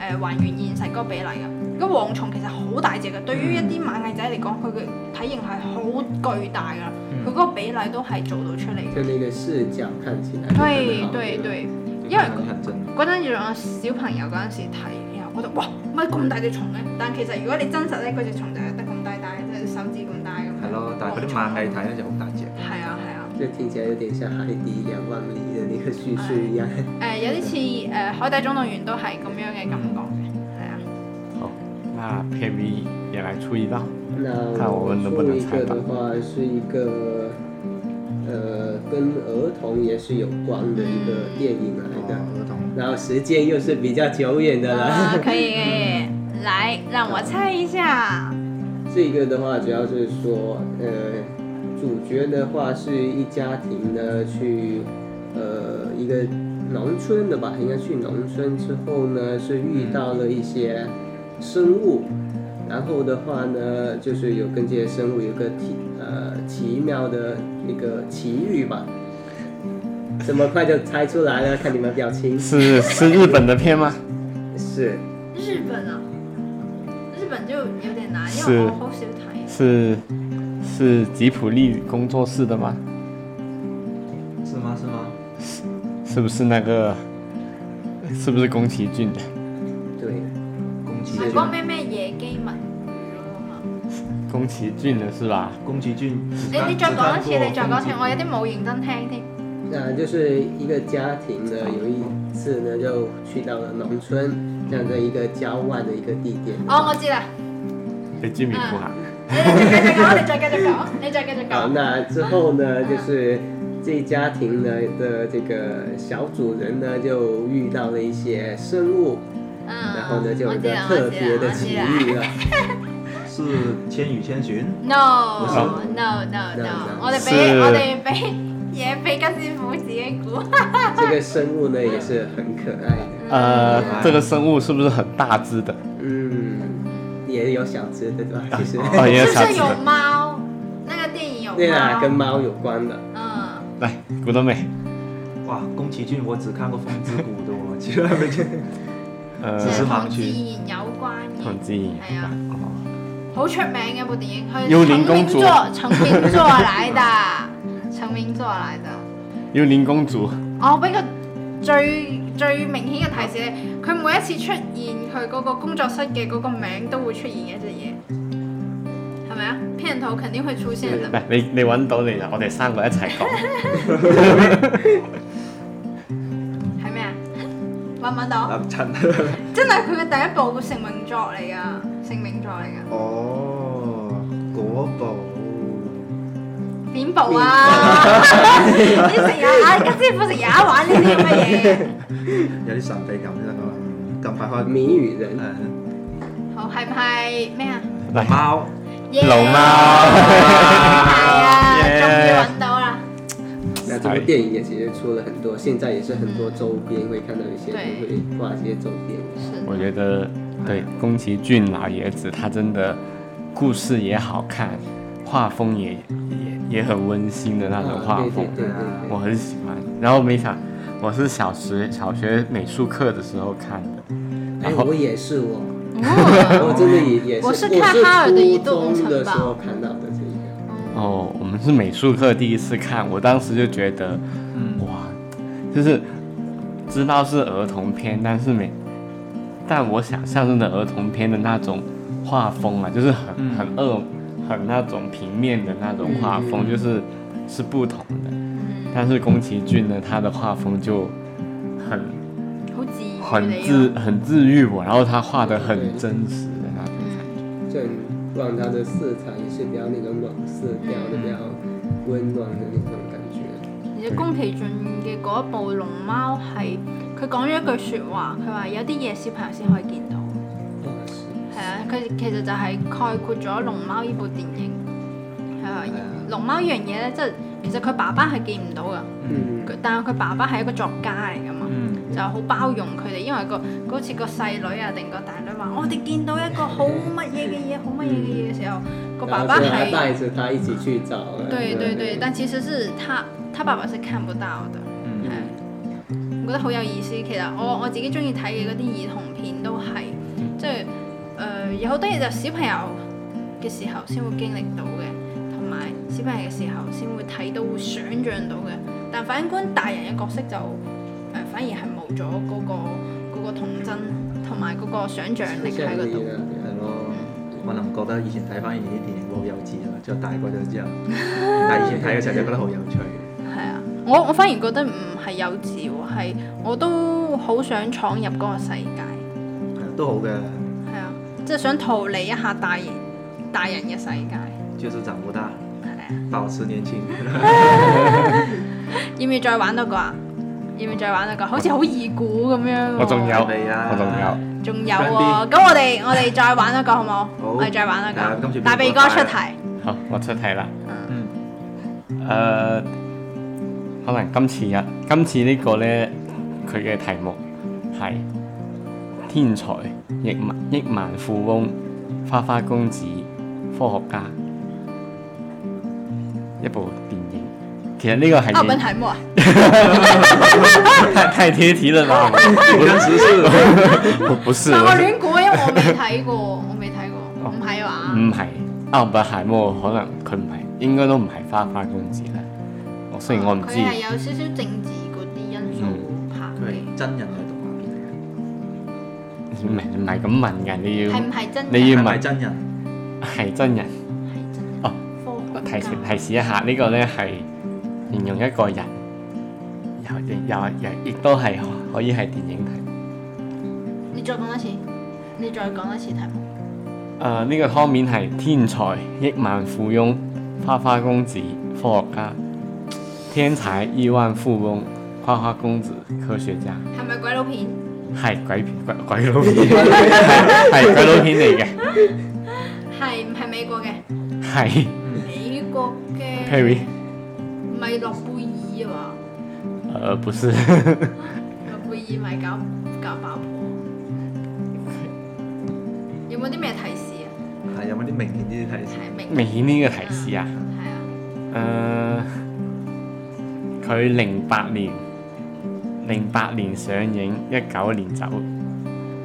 Speaker 1: 呃還原現實嗰個比例㗎。個蝗蟲其實好大隻嘅，對於一啲螞蟻仔嚟講，佢嘅體型係好巨大㗎啦，佢嗰個比例都係做到出嚟嘅。
Speaker 4: 就那个视角看起来。
Speaker 1: 對對。對，因為
Speaker 5: 人真
Speaker 1: 嗰陣仲有小朋友嗰陣時睇，然後覺得哇，乜咁大隻蟲咧？但其實如果你真實咧，嗰隻蟲就係得咁大大，即係手指咁大咁樣。
Speaker 5: 係咯，但係嗰啲螞蟻睇咧就好大隻。
Speaker 1: 係啊係啊，
Speaker 4: 这听起来有点像《海底两万里》的那个叙述一样。
Speaker 1: 誒、啊
Speaker 2: 哎
Speaker 1: 有啲似誒《海底總動員》都係咁樣嘅感覺嘅，係啊。
Speaker 2: 好，哦那 Perry 也來出一道，
Speaker 4: 那
Speaker 2: 看我
Speaker 4: 我
Speaker 2: 们能不
Speaker 4: 出
Speaker 2: 能
Speaker 4: 一
Speaker 2: 猜
Speaker 4: 个
Speaker 2: 到
Speaker 4: 的话是一个，呃，跟儿童也是有关的一个电影来的。
Speaker 5: 哦，同
Speaker 4: 然后时间又是比较久远的了。
Speaker 1: 啊，可以可以，来让我猜一下。
Speaker 4: 这个的话，主要是说，呃，主角的话是一家庭呢去，呃，一个农村的吧，应该去农村之后呢，是遇到了一些生物，然后的话呢，就是有跟这些生物有个奇呃奇妙的一个奇遇吧。这么快就猜出来了，看你们表情。
Speaker 2: 是是日本的片嗎？
Speaker 4: 是，
Speaker 1: 日本啊，日本就有點難，因為
Speaker 2: 是
Speaker 1: 我好少睇。
Speaker 2: 是是吉普力工作室的嗎？
Speaker 5: 是嗎？是嗎？
Speaker 2: 是不是那個？是不是宮崎駿的？
Speaker 4: 对，
Speaker 5: 宮崎
Speaker 1: 係
Speaker 5: 駿
Speaker 1: 啊講，咩咩野雞物語嗰個嘛？
Speaker 2: 宮崎駿的是吧？
Speaker 5: 宮崎駿。
Speaker 1: 你你再講一次，你再講一次，我有啲冇認真聽添。
Speaker 4: 那就是一个家庭呢，有一次呢就去到了农村这样的一个郊外的一个地点。
Speaker 1: 哦，我知啦，
Speaker 2: 被居民哭喊。
Speaker 1: 你你再繼續講，你再繼續講，你再繼續
Speaker 4: 好，
Speaker 1: 講。
Speaker 4: 那之后呢，就是这家庭呢的这个小主人呢就遇到了一些生物，
Speaker 1: 嗯，
Speaker 4: 然后呢就有
Speaker 1: 我
Speaker 4: 一
Speaker 1: 知
Speaker 4: 个
Speaker 1: 啦，我
Speaker 4: 特
Speaker 1: 知
Speaker 4: 别
Speaker 1: 啦，我
Speaker 4: 的奇
Speaker 1: 知啦。
Speaker 4: 遇了。啊
Speaker 5: 是《千與千尋》。
Speaker 1: No
Speaker 5: 我知
Speaker 1: no no no，
Speaker 4: no，
Speaker 1: 我哋俾
Speaker 2: 是
Speaker 1: 我哋俾嘢俾吉師傅自己估。
Speaker 4: 这个生物呢也是很可爱的，
Speaker 2: 呃，这个生物是不是很大只的？
Speaker 4: 嗯，也有小只的对吧？其实，
Speaker 2: 哦，也有
Speaker 1: 是
Speaker 2: 小
Speaker 1: 不是
Speaker 2: 只
Speaker 1: 有
Speaker 2: 的。
Speaker 1: 貓？那個電影有
Speaker 4: [laughs] 对啦，跟
Speaker 1: 貓。
Speaker 4: 猫有关的。
Speaker 1: 嗯。
Speaker 2: 来，古德美，
Speaker 5: 哇，宮崎駿我只看過《風之谷》的喎，其他沒見。
Speaker 1: [laughs]
Speaker 2: 呃
Speaker 1: 就，係
Speaker 5: 是盲
Speaker 1: 同
Speaker 5: 區
Speaker 1: 自然有關
Speaker 2: 很
Speaker 1: 嘅，
Speaker 2: 自然。
Speaker 4: 哎
Speaker 1: 係啊，好出名嘅部電影，佢
Speaker 2: 幽靈公主
Speaker 1: 成名作，成名作嚟的，成名作嚟的。
Speaker 2: 幽靈公主，
Speaker 1: 我俾個最最明顯嘅提示你，佢每一次出現佢嗰個工作室嘅嗰個名都會出現嘅一隻嘢，係咪啊？片頭肯定會出現的。
Speaker 2: 嚟，你你揾到你啦，我哋三個一齊
Speaker 4: [laughs]
Speaker 2: 講。
Speaker 1: 係咩啊？揾唔揾到？
Speaker 5: 阿陳。
Speaker 1: 真係佢嘅第一部成名作嚟㗎，成名作嚟㗎。
Speaker 5: 哦，嗰部
Speaker 1: 扁部啊！你成日啊，吉師傅成日玩呢啲咁嘅嘢。
Speaker 5: 有啲神秘感先得㗎嘛。近排開
Speaker 4: 谜语人，
Speaker 5: 誒
Speaker 1: 好係唔係咩啊？
Speaker 2: 嚟，
Speaker 5: 貓，
Speaker 2: 龍貓
Speaker 1: 係啊，
Speaker 2: 耶
Speaker 1: 終於揾到啦！
Speaker 4: 那这部电影也其实出了很多，现在也是很多周边会看到有些人会挂这些周边。
Speaker 2: 我觉得对，宫崎骏老爷子他真的故事也好看，画风也也也很温馨的那种画
Speaker 4: 啊对
Speaker 2: 风
Speaker 4: 对，对对对
Speaker 2: 我很喜欢。然后没想，我是小学小学美术课的时候看的，
Speaker 4: 哎，
Speaker 2: 然后
Speaker 4: 我也是我，
Speaker 1: 哦
Speaker 4: [laughs] 我真的也也是，
Speaker 1: 我
Speaker 4: 我
Speaker 1: 是看哈尔的移动
Speaker 4: 初中
Speaker 1: 城堡
Speaker 4: 的时候看到的这一
Speaker 2: 哦，我们是美术课第一次看，我当时就觉得，哇，就是知道是儿童片，但是每但我想象中的儿童片的那种画风啊，就是很、很恶很那种平面的那种画风，就是是不同的。但是宫崎骏呢，他的画风就很
Speaker 1: 好治愈
Speaker 2: 很
Speaker 1: 你啊
Speaker 2: 治
Speaker 1: 咯，
Speaker 2: 很治愈我，然后他画的很真实的那种。
Speaker 1: 嗯
Speaker 4: 个，就很让它的色彩也是比较那种暖色调的，比较
Speaker 2: 嗯
Speaker 4: 温暖的那种感觉。
Speaker 1: 而且宮崎駿嘅嗰一部《龍貓》係佢講咗一句説話，佢話有啲嘢小朋友先可以見到，
Speaker 4: 哦，是，
Speaker 1: 係啊，佢其實就係概括咗《龍貓》呢部電影。係啊，而《龍貓》呢樣嘢咧，即係其實佢爸爸係見唔到㗎，
Speaker 4: 嗯，
Speaker 1: 佢但係佢爸爸係一個作家嚟㗎嘛。
Speaker 5: 嗯
Speaker 1: 就好包容佢哋，因為個好似個細女啊定個大女話，我哋見到一個好乜嘢嘅嘢，好乜嘢嘅嘢嘅時候，個爸爸
Speaker 4: 然后就还
Speaker 1: 係
Speaker 4: 带着他一起去找啊了，
Speaker 1: 對對對，但其實是他他爸爸是看不到的，係、
Speaker 4: 嗯
Speaker 1: 我覺得好有意思。其實我我自己中意睇嘅嗰啲兒童片都係，即係誒有好多嘢就小朋友嘅時候先會經歷到嘅，同埋小朋友嘅時候先會睇到會想像到嘅。但反觀大人嘅角色就誒、呃反而係冇咗嗰個嗰、個童真同埋嗰個想像力喺
Speaker 4: 想象
Speaker 1: 嗰
Speaker 4: 力
Speaker 1: 度。
Speaker 4: 啊，
Speaker 5: 係咯，可能覺得以前睇翻以前啲電影會好幼稚啦，之後大個咗之後，但係以前睇嘅時候就覺得好有趣。
Speaker 1: 係啊，我我反而覺得唔係幼稚喎，係我都好想闖入嗰個世界，
Speaker 5: 係啊都好嘅，
Speaker 1: 係啊，即係想逃離一下大人大人嘅世界，
Speaker 5: 就是長不大，
Speaker 1: 係啊。
Speaker 5: 保持年輕。
Speaker 1: 要唔要再玩多個啊？要唔要再玩多個？好似好易估咁樣喎。
Speaker 2: 我仲有，
Speaker 5: 未啊
Speaker 2: 我仲有，
Speaker 1: 仲有
Speaker 5: 快
Speaker 1: 喎。
Speaker 5: 啲
Speaker 1: 咁我哋我哋再玩多個好冇？
Speaker 5: 好
Speaker 1: 我哋再玩多
Speaker 5: 係啊今次
Speaker 1: 個。
Speaker 5: 邊個
Speaker 1: 大鼻哥出題，
Speaker 2: 好，我出題啦。
Speaker 5: 嗯，
Speaker 2: 誒、可能今次日今次呢個呢，佢嘅題目係天才、億萬億萬富翁、花花公子、科學家，一部電影。其實呢個
Speaker 1: 奧本
Speaker 2: 係
Speaker 1: 海默啊。
Speaker 2: 太太貼題了吧？
Speaker 5: 我當時是
Speaker 2: 我不是，
Speaker 1: 但我
Speaker 2: 我是
Speaker 1: 亂估，因為我未睇過，我未睇過，嗯唔係話。
Speaker 2: 唔係奧本海默，可能佢唔係，應該都唔係花花公子啦。我雖然我唔知嗯
Speaker 1: 佢，係有少少政治嗰啲因素拍
Speaker 5: 佢
Speaker 1: 嘅，
Speaker 5: 係真人嚟啊動畫片
Speaker 2: 唔係唔係咁問㗎，你要
Speaker 1: 係唔係真
Speaker 2: 你
Speaker 5: 嚟
Speaker 2: 要
Speaker 5: 嘅，係
Speaker 2: 問
Speaker 5: 咪真人？
Speaker 2: 係真人。
Speaker 1: 係真人
Speaker 2: 哦
Speaker 1: 科學
Speaker 2: 提
Speaker 1: 家
Speaker 2: 前提示一下，呢、個呢係形容一個人，又亦又又亦都係可以係電影睇。
Speaker 1: 你再講多次，你再講多次題目。
Speaker 2: 誒、啊呢、個湯面係天才、億萬富翁、花花公子、科學家、天才、億萬富翁、花花公子、科學家，
Speaker 1: 係咪鬼佬片？
Speaker 2: 係鬼片鬼鬼佬片，係係鬼佬片嚟嘅，
Speaker 1: 係唔係美國嘅？
Speaker 2: 係
Speaker 1: 美國嘅
Speaker 2: Perry。
Speaker 1: 唔係諾貝爾啊
Speaker 2: 誒、呃不 [laughs] 是，
Speaker 1: 嘛？諾貝爾咪搞搞爆破。有冇啲咩提示啊？
Speaker 5: 係有冇啲明顯啲睇先？
Speaker 1: 係明
Speaker 2: 明顯呢個提示啊。
Speaker 1: 係啊，
Speaker 2: 誒，佢零八年，零八年上映，一九年走，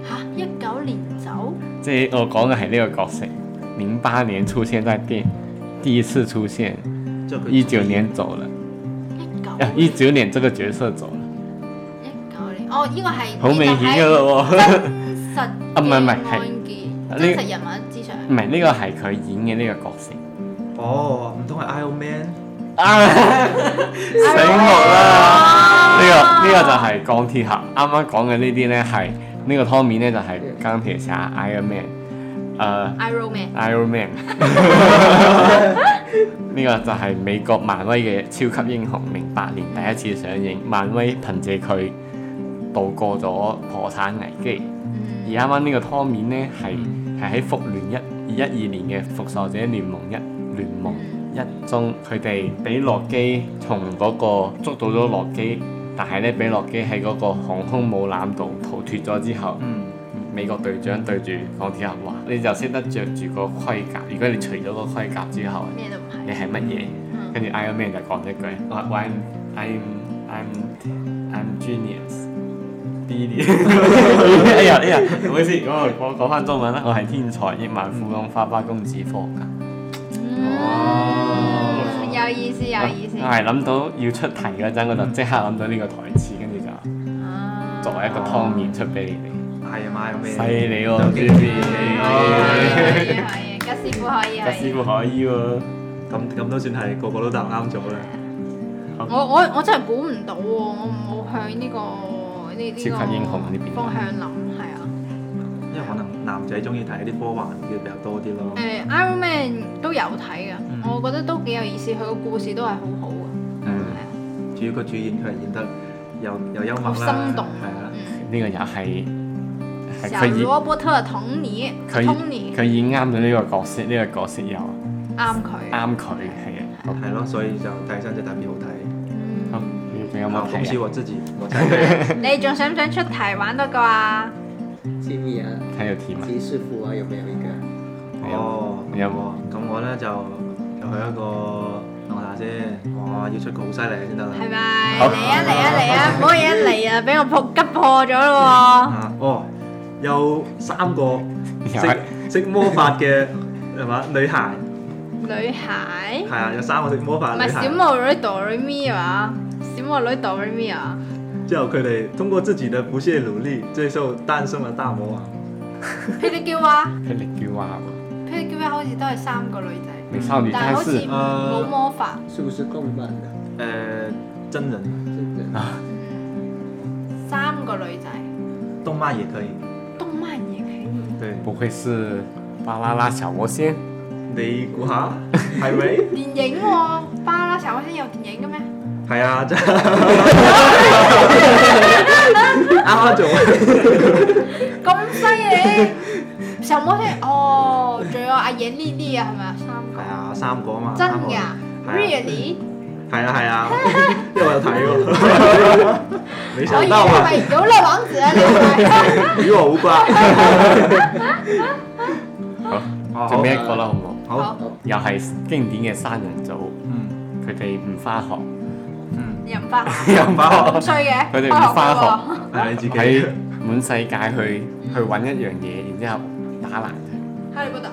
Speaker 1: 嚇一九年走，
Speaker 2: 即係我講嘅係呢個角色。零八年出現在電，第一次出現，
Speaker 5: 之後佢
Speaker 2: 一九年走了，啊
Speaker 1: 一九
Speaker 2: 一九年這個角色走了，
Speaker 1: 一九年哦，呢個係
Speaker 2: 好明顯嘅咯
Speaker 1: 呢個
Speaker 2: 喎。
Speaker 1: 係真實
Speaker 2: 啊唔係唔
Speaker 1: 嘅
Speaker 2: 係係
Speaker 1: 案件，
Speaker 2: 呢
Speaker 1: 真實人物之上。
Speaker 2: 唔係呢個係佢演嘅呢個角色。
Speaker 5: 哦，唔通係 Iron Man？
Speaker 2: [laughs] 啊！醒目啦！呢、個呢、個就係鋼鐵俠。啱啱講嘅呢啲呢，係呢、個湯面呢，就係鋼鐵俠 Iron Man。誒、
Speaker 1: Iron Man。
Speaker 2: Iron Man，呢個就係美國漫威嘅超級英雄，零八年第一次上映。漫威憑借佢渡過咗破產危機，
Speaker 1: Ừ,
Speaker 2: 而啱啱呢個湯面呢，係係喺復聯一二一二年嘅復仇者聯盟一聯盟一中，佢哋俾洛基從嗰個捉到咗洛基，但係呢，俾洛基喺嗰個航空母艦度逃脱咗之後，
Speaker 5: 嗯，
Speaker 2: 美國隊長對住鋼鐵俠話：你就識得着住個盔甲，如果你除咗個盔甲之後，
Speaker 1: 咩都唔
Speaker 2: 你
Speaker 1: 係。
Speaker 2: 係乜嘢？跟住 Iron Man 就講一句：I I'm I'm I'm I'm genius。D D，哎 [laughs] 呀哎呀，唔好意思，我我講翻中文啦，我係天才億萬富翁花花公子科學家。
Speaker 1: Ừ. 嗯，有意思，有意思。
Speaker 2: 我係諗到要出題嗰陣，我就即刻諗到呢個台詞，跟住就
Speaker 1: 啊
Speaker 2: 作為一個湯面出俾你哋。
Speaker 3: 係啊嘛，有咩？
Speaker 2: 犀利喎，G B！哦
Speaker 1: 可以可以可以，吉師傅可以
Speaker 2: 吉
Speaker 1: 可
Speaker 2: 師
Speaker 1: 以。
Speaker 2: 傅可以喎，
Speaker 3: 咁咁都算係個個都答啱咗啦。
Speaker 1: 我我我真係估唔到喎，我冇向呢個呢呢個
Speaker 2: 超級英雄呢邊
Speaker 1: 方向諗，係啊。
Speaker 3: 因為可能男仔中意睇啲科幻嘅比較多啲咯。
Speaker 1: 誒 Iron Man 都有睇嘅，
Speaker 3: 嗯
Speaker 1: 我覺得都幾有意思，佢個故事都係好好嘅，
Speaker 3: 嗯
Speaker 1: 係啊，
Speaker 3: 主要個主演佢係演得又又幽默
Speaker 1: 好
Speaker 3: 啦，
Speaker 1: 生動
Speaker 3: 係啊，
Speaker 1: 嗯，
Speaker 2: 呢個又係係
Speaker 1: 小
Speaker 2: 佢演
Speaker 1: 羅伯特唐尼，
Speaker 2: 佢
Speaker 1: 唐尼
Speaker 2: 佢演啱咗呢個角色，呢個角色又
Speaker 1: 啱佢，
Speaker 2: 啱佢，係啊。好
Speaker 3: 係咯，所以就睇起身就特別好睇。
Speaker 2: 好，
Speaker 1: 嗯，
Speaker 2: 你有
Speaker 3: 有
Speaker 2: 冇
Speaker 3: 冇恭喜
Speaker 2: 睇啊？
Speaker 3: 我自己，
Speaker 1: [laughs]
Speaker 3: 我猜嘅
Speaker 1: 你仲想唔想出題玩多個啊？
Speaker 4: 吉米啊，
Speaker 2: 睇到甜啊！
Speaker 4: 吉士服啊，有没有一个？
Speaker 3: 哦，
Speaker 2: 有冇
Speaker 3: 咁我咧就又係一個，等我睇下先。哇，要出個好犀利嘅先得啦。
Speaker 1: 係咪？
Speaker 2: 好
Speaker 1: 嚟啊嚟啊嚟啊！唔好嘢嚟啊，俾我破急破咗咯
Speaker 3: 啊，哦，有三
Speaker 1: [laughs]
Speaker 3: 個
Speaker 2: 又係
Speaker 3: 識識魔法嘅係嘛女孩，
Speaker 1: 喎！女孩
Speaker 3: 係啊，有三個識魔法
Speaker 1: 唔
Speaker 3: 嘅
Speaker 1: 係
Speaker 3: 女
Speaker 1: 小
Speaker 3: 孩。
Speaker 1: 魔女 Doremi 啊，小魔女 Doremi 啊，
Speaker 3: 之後佢哋通過自己的不懈努力，最後誕生了大魔王。
Speaker 1: [laughs] 霹靂嬌啊，
Speaker 2: 佢力叫話，
Speaker 1: 霹靂嬌啊，好似都係三個女仔，
Speaker 2: 美少女
Speaker 1: 但係
Speaker 2: 戰
Speaker 1: 好似
Speaker 2: 士
Speaker 1: 冇魔法。
Speaker 4: 是不是动漫的？
Speaker 3: 誒、呃真人
Speaker 4: 真的，
Speaker 1: 三個女仔，
Speaker 3: 動漫也可以。
Speaker 1: 動漫也可以。
Speaker 3: 對，
Speaker 2: 不愧是巴啦啦小魔仙，
Speaker 3: 你估 [laughs] 下係咪？
Speaker 1: 電影喎、巴啦小魔仙有電影嘅咩？
Speaker 3: 係啊，真啱啱做。
Speaker 1: 咁犀利！小魔仙哦，仲有阿演呢啲啊，係咪啊？三
Speaker 3: 係
Speaker 1: 個
Speaker 3: 啊，三個啊嘛。
Speaker 1: 真
Speaker 3: 三個
Speaker 1: 㗎，really？
Speaker 3: 係啊
Speaker 1: [laughs]
Speaker 3: 係啊，因為我有睇喎。
Speaker 1: 啊
Speaker 3: 沒
Speaker 1: 我
Speaker 3: 想
Speaker 1: 以
Speaker 3: 到
Speaker 1: 為
Speaker 3: 啊，
Speaker 1: 係遊樂王子啊，呢
Speaker 3: 與我無關。
Speaker 1: [laughs]
Speaker 2: 好，
Speaker 1: 啊
Speaker 3: 哦
Speaker 2: 最尾一個啦，好唔好？
Speaker 1: 個。好
Speaker 3: [laughs] 好，，
Speaker 2: 又係經典嘅三人組，
Speaker 3: 嗯 [laughs]
Speaker 2: 佢哋唔翻學，
Speaker 3: 嗯，
Speaker 1: 又唔翻學，
Speaker 2: 又
Speaker 1: 咁
Speaker 2: 唔
Speaker 3: [laughs]
Speaker 2: 翻學，
Speaker 1: 衰嘅，
Speaker 2: 佢哋
Speaker 1: 開
Speaker 2: 唔翻
Speaker 1: 學
Speaker 2: 學
Speaker 1: 喎。，
Speaker 3: 係你自
Speaker 2: 喺
Speaker 3: 己。
Speaker 2: 滿世界去去揾一樣嘢，然之後打爛佢。
Speaker 1: 哈利波特，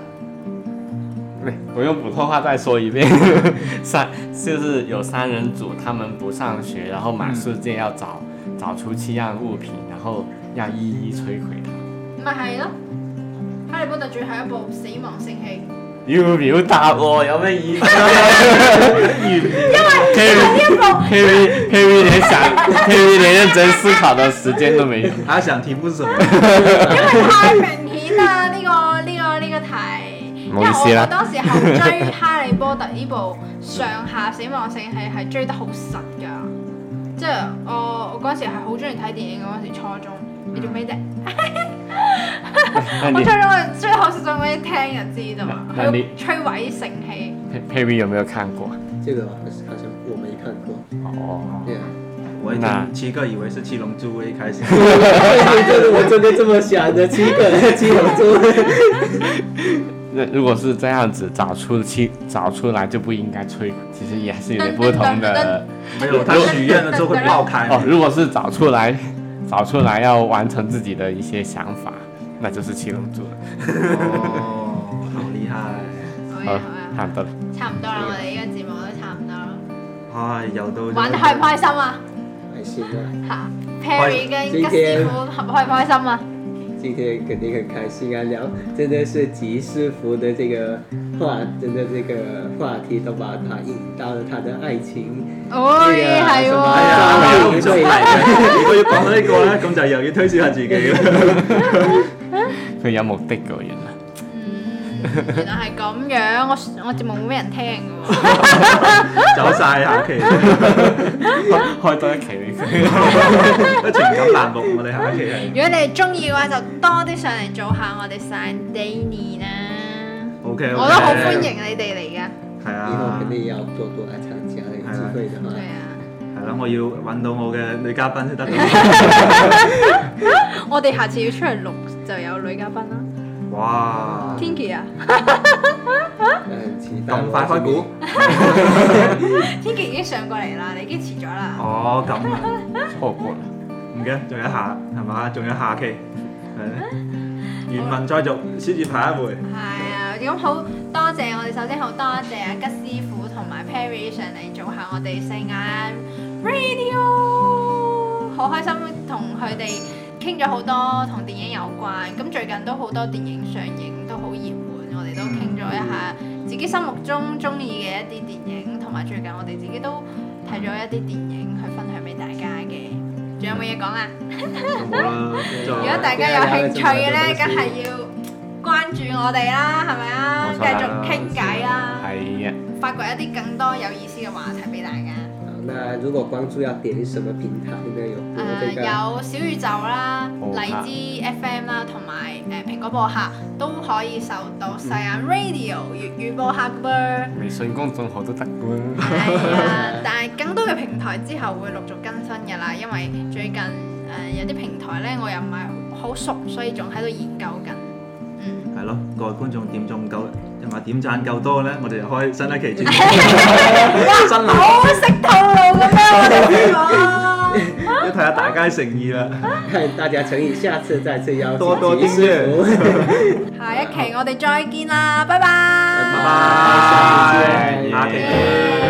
Speaker 2: 对，我用普通话再说一遍。 [laughs] 三就是有三人组，他们不上学，然后满世界要找、找出七样物品，然后要一一摧毁
Speaker 1: 咪
Speaker 2: 它。
Speaker 1: 係咯。哈利波特最後一部死亡聖器，
Speaker 2: 要表達喎、有咩意思？
Speaker 1: 呢
Speaker 2: Harry
Speaker 1: 一部
Speaker 2: Harry Harry 连想 Harry 连认真思考的時間都沒有。
Speaker 3: 他想題目是什麼？
Speaker 1: [laughs] 太明顯啦！呢、個呢、個呢、個題，因
Speaker 2: 唔好
Speaker 1: 為
Speaker 2: 意思
Speaker 1: 我
Speaker 2: 啦
Speaker 1: 我當時候追《哈利波特》呢部上下死亡聖器係追得好實㗎，即係我我嗰時係好中意睇電影嘅嗰時初中，你做咩啫？
Speaker 2: 那
Speaker 1: 我
Speaker 2: 你
Speaker 1: 初中係追好實上嗰啲聽就知啫嘛，
Speaker 2: 嗱嗱你
Speaker 1: 佢摧毀聖器，
Speaker 2: Harry 有沒有看過？
Speaker 4: 这个好像好像我没看过。
Speaker 2: 哦，
Speaker 4: 对啊，
Speaker 3: 我已
Speaker 2: 那
Speaker 3: 經七個以為是七龍珠一
Speaker 2: [laughs]
Speaker 3: 開始。
Speaker 4: 就是我真的 [laughs] 这么想的，七 [laughs] 个七龙珠。
Speaker 2: 那如果是這樣子找出七找出來就不應該摧毀，其實也是有點不同的。
Speaker 3: 沒有，他許願了之後會爆開。
Speaker 2: 哦，如果是找出来，找出来要完成自己的一些想法，那就是七龙珠了。
Speaker 3: 哦，好厲害！
Speaker 1: 好哎呀
Speaker 2: 哦好啦
Speaker 1: 好
Speaker 2: 差
Speaker 1: 呀，
Speaker 2: 唔多啦。
Speaker 1: 差唔多啦，我哋呢個節目都差唔多啦，
Speaker 3: 唉，又哎到
Speaker 1: [laughs] 玩得開唔開心啊？
Speaker 4: 还行啊，
Speaker 1: 嚇，Perry 跟吉師傅合開唔開心啊？
Speaker 4: 今天肯定很开心啊，聊真的是吉师福的这个话，真的这个话题都把他引到了他的爱情。
Speaker 1: 哦，
Speaker 4: 呢個
Speaker 1: 係
Speaker 4: 什麼
Speaker 3: 哎
Speaker 1: 喎。
Speaker 3: 呀，我都唔想提嘅。如果要講到呢個咧，咁就又要推銷下自己
Speaker 1: [laughs]
Speaker 3: 啦。
Speaker 2: 佢有目的嘅原來。
Speaker 1: 嗯，原來係咁樣，我我節目冇咩人聽嘅
Speaker 3: [laughs]
Speaker 1: 喎。
Speaker 3: 走晒下期，
Speaker 1: [laughs]
Speaker 2: [laughs] 開多一期俾 [laughs] 佢。
Speaker 3: 情感欄目，我哋下一期係
Speaker 1: 如果你哋中意嘅話，就多啲上嚟做下我哋 Sign Daily 啦。
Speaker 3: OK，
Speaker 1: 我都好歡。迎你哋嚟噶。
Speaker 3: 係
Speaker 4: 以后
Speaker 3: 啊
Speaker 4: 肯，定要多多来参加，有机会的话
Speaker 1: 對。啊，
Speaker 3: 係啦，我要揾到我嘅女嘉賓先得。
Speaker 1: [laughs] 我哋下次要出嚟錄就有女嘉賓啦
Speaker 3: 哇！
Speaker 1: ，Tinky 啊
Speaker 4: 很期待。
Speaker 3: 咁快開估？
Speaker 1: ，Tinky 已經上過嚟啦，你已經遲咗啦，
Speaker 3: 哦，咁啊，
Speaker 2: 錯過啦。
Speaker 3: 唔記得，仲有一下係嘛？仲有下期
Speaker 1: [laughs]
Speaker 3: 係啦原文再續，先至下一回。
Speaker 1: 係啊，咁好多謝我哋，首先好多謝阿吉師傅同埋 Perry 上嚟做下我哋四眼 Radio，好開心同佢哋傾咗好多同電影有關，咁最近都好多電影上映都好熱門，我哋都傾咗一下自己心目中中意嘅一啲電影，同埋最近我哋自己都睇咗一啲電影去分享俾大家嘅，仲有冇嘢講啊？
Speaker 3: 冇啦，就
Speaker 1: 如果大家有興趣嘅咧，梗係要關注我哋啦，係咪啊？
Speaker 2: 冇錯
Speaker 1: 繼
Speaker 2: 啦
Speaker 1: 續傾偈啦，
Speaker 2: 係啊，
Speaker 1: 發掘一啲更多有意思嘅話題俾大家。
Speaker 4: 好那如果关注要點什麼平台呢？有
Speaker 1: 誒、
Speaker 4: 播這個
Speaker 1: 有小宇宙啦、
Speaker 2: 好
Speaker 1: 荔
Speaker 2: 啊
Speaker 1: 枝 FM 啦，同埋誒蘋果播客都可以搜到細眼 Radio 粵語播客嘅噃。
Speaker 2: 微信公眾號都得嘅喎。
Speaker 1: 係啊，但係更多嘅平台之後會陸續更新㗎啦，因為最近誒、有啲平台咧我又唔係好熟，所以仲喺度研究緊。嗯。
Speaker 3: 係咯，各位觀眾點中夠，同埋點讚夠多咧，我哋就開新一期節目。
Speaker 1: [laughs]
Speaker 3: 新欄
Speaker 1: 好識套路咁樣，我哋先講。
Speaker 3: 一睇下大家誠意啦。
Speaker 4: 看 [laughs] 大家誠意，下次再次邀請
Speaker 3: 多多
Speaker 4: 吉
Speaker 3: 訂
Speaker 4: 師傅
Speaker 1: 下一期我哋再見啦，拜拜。
Speaker 3: 拜拜，下期見。
Speaker 1: 拜拜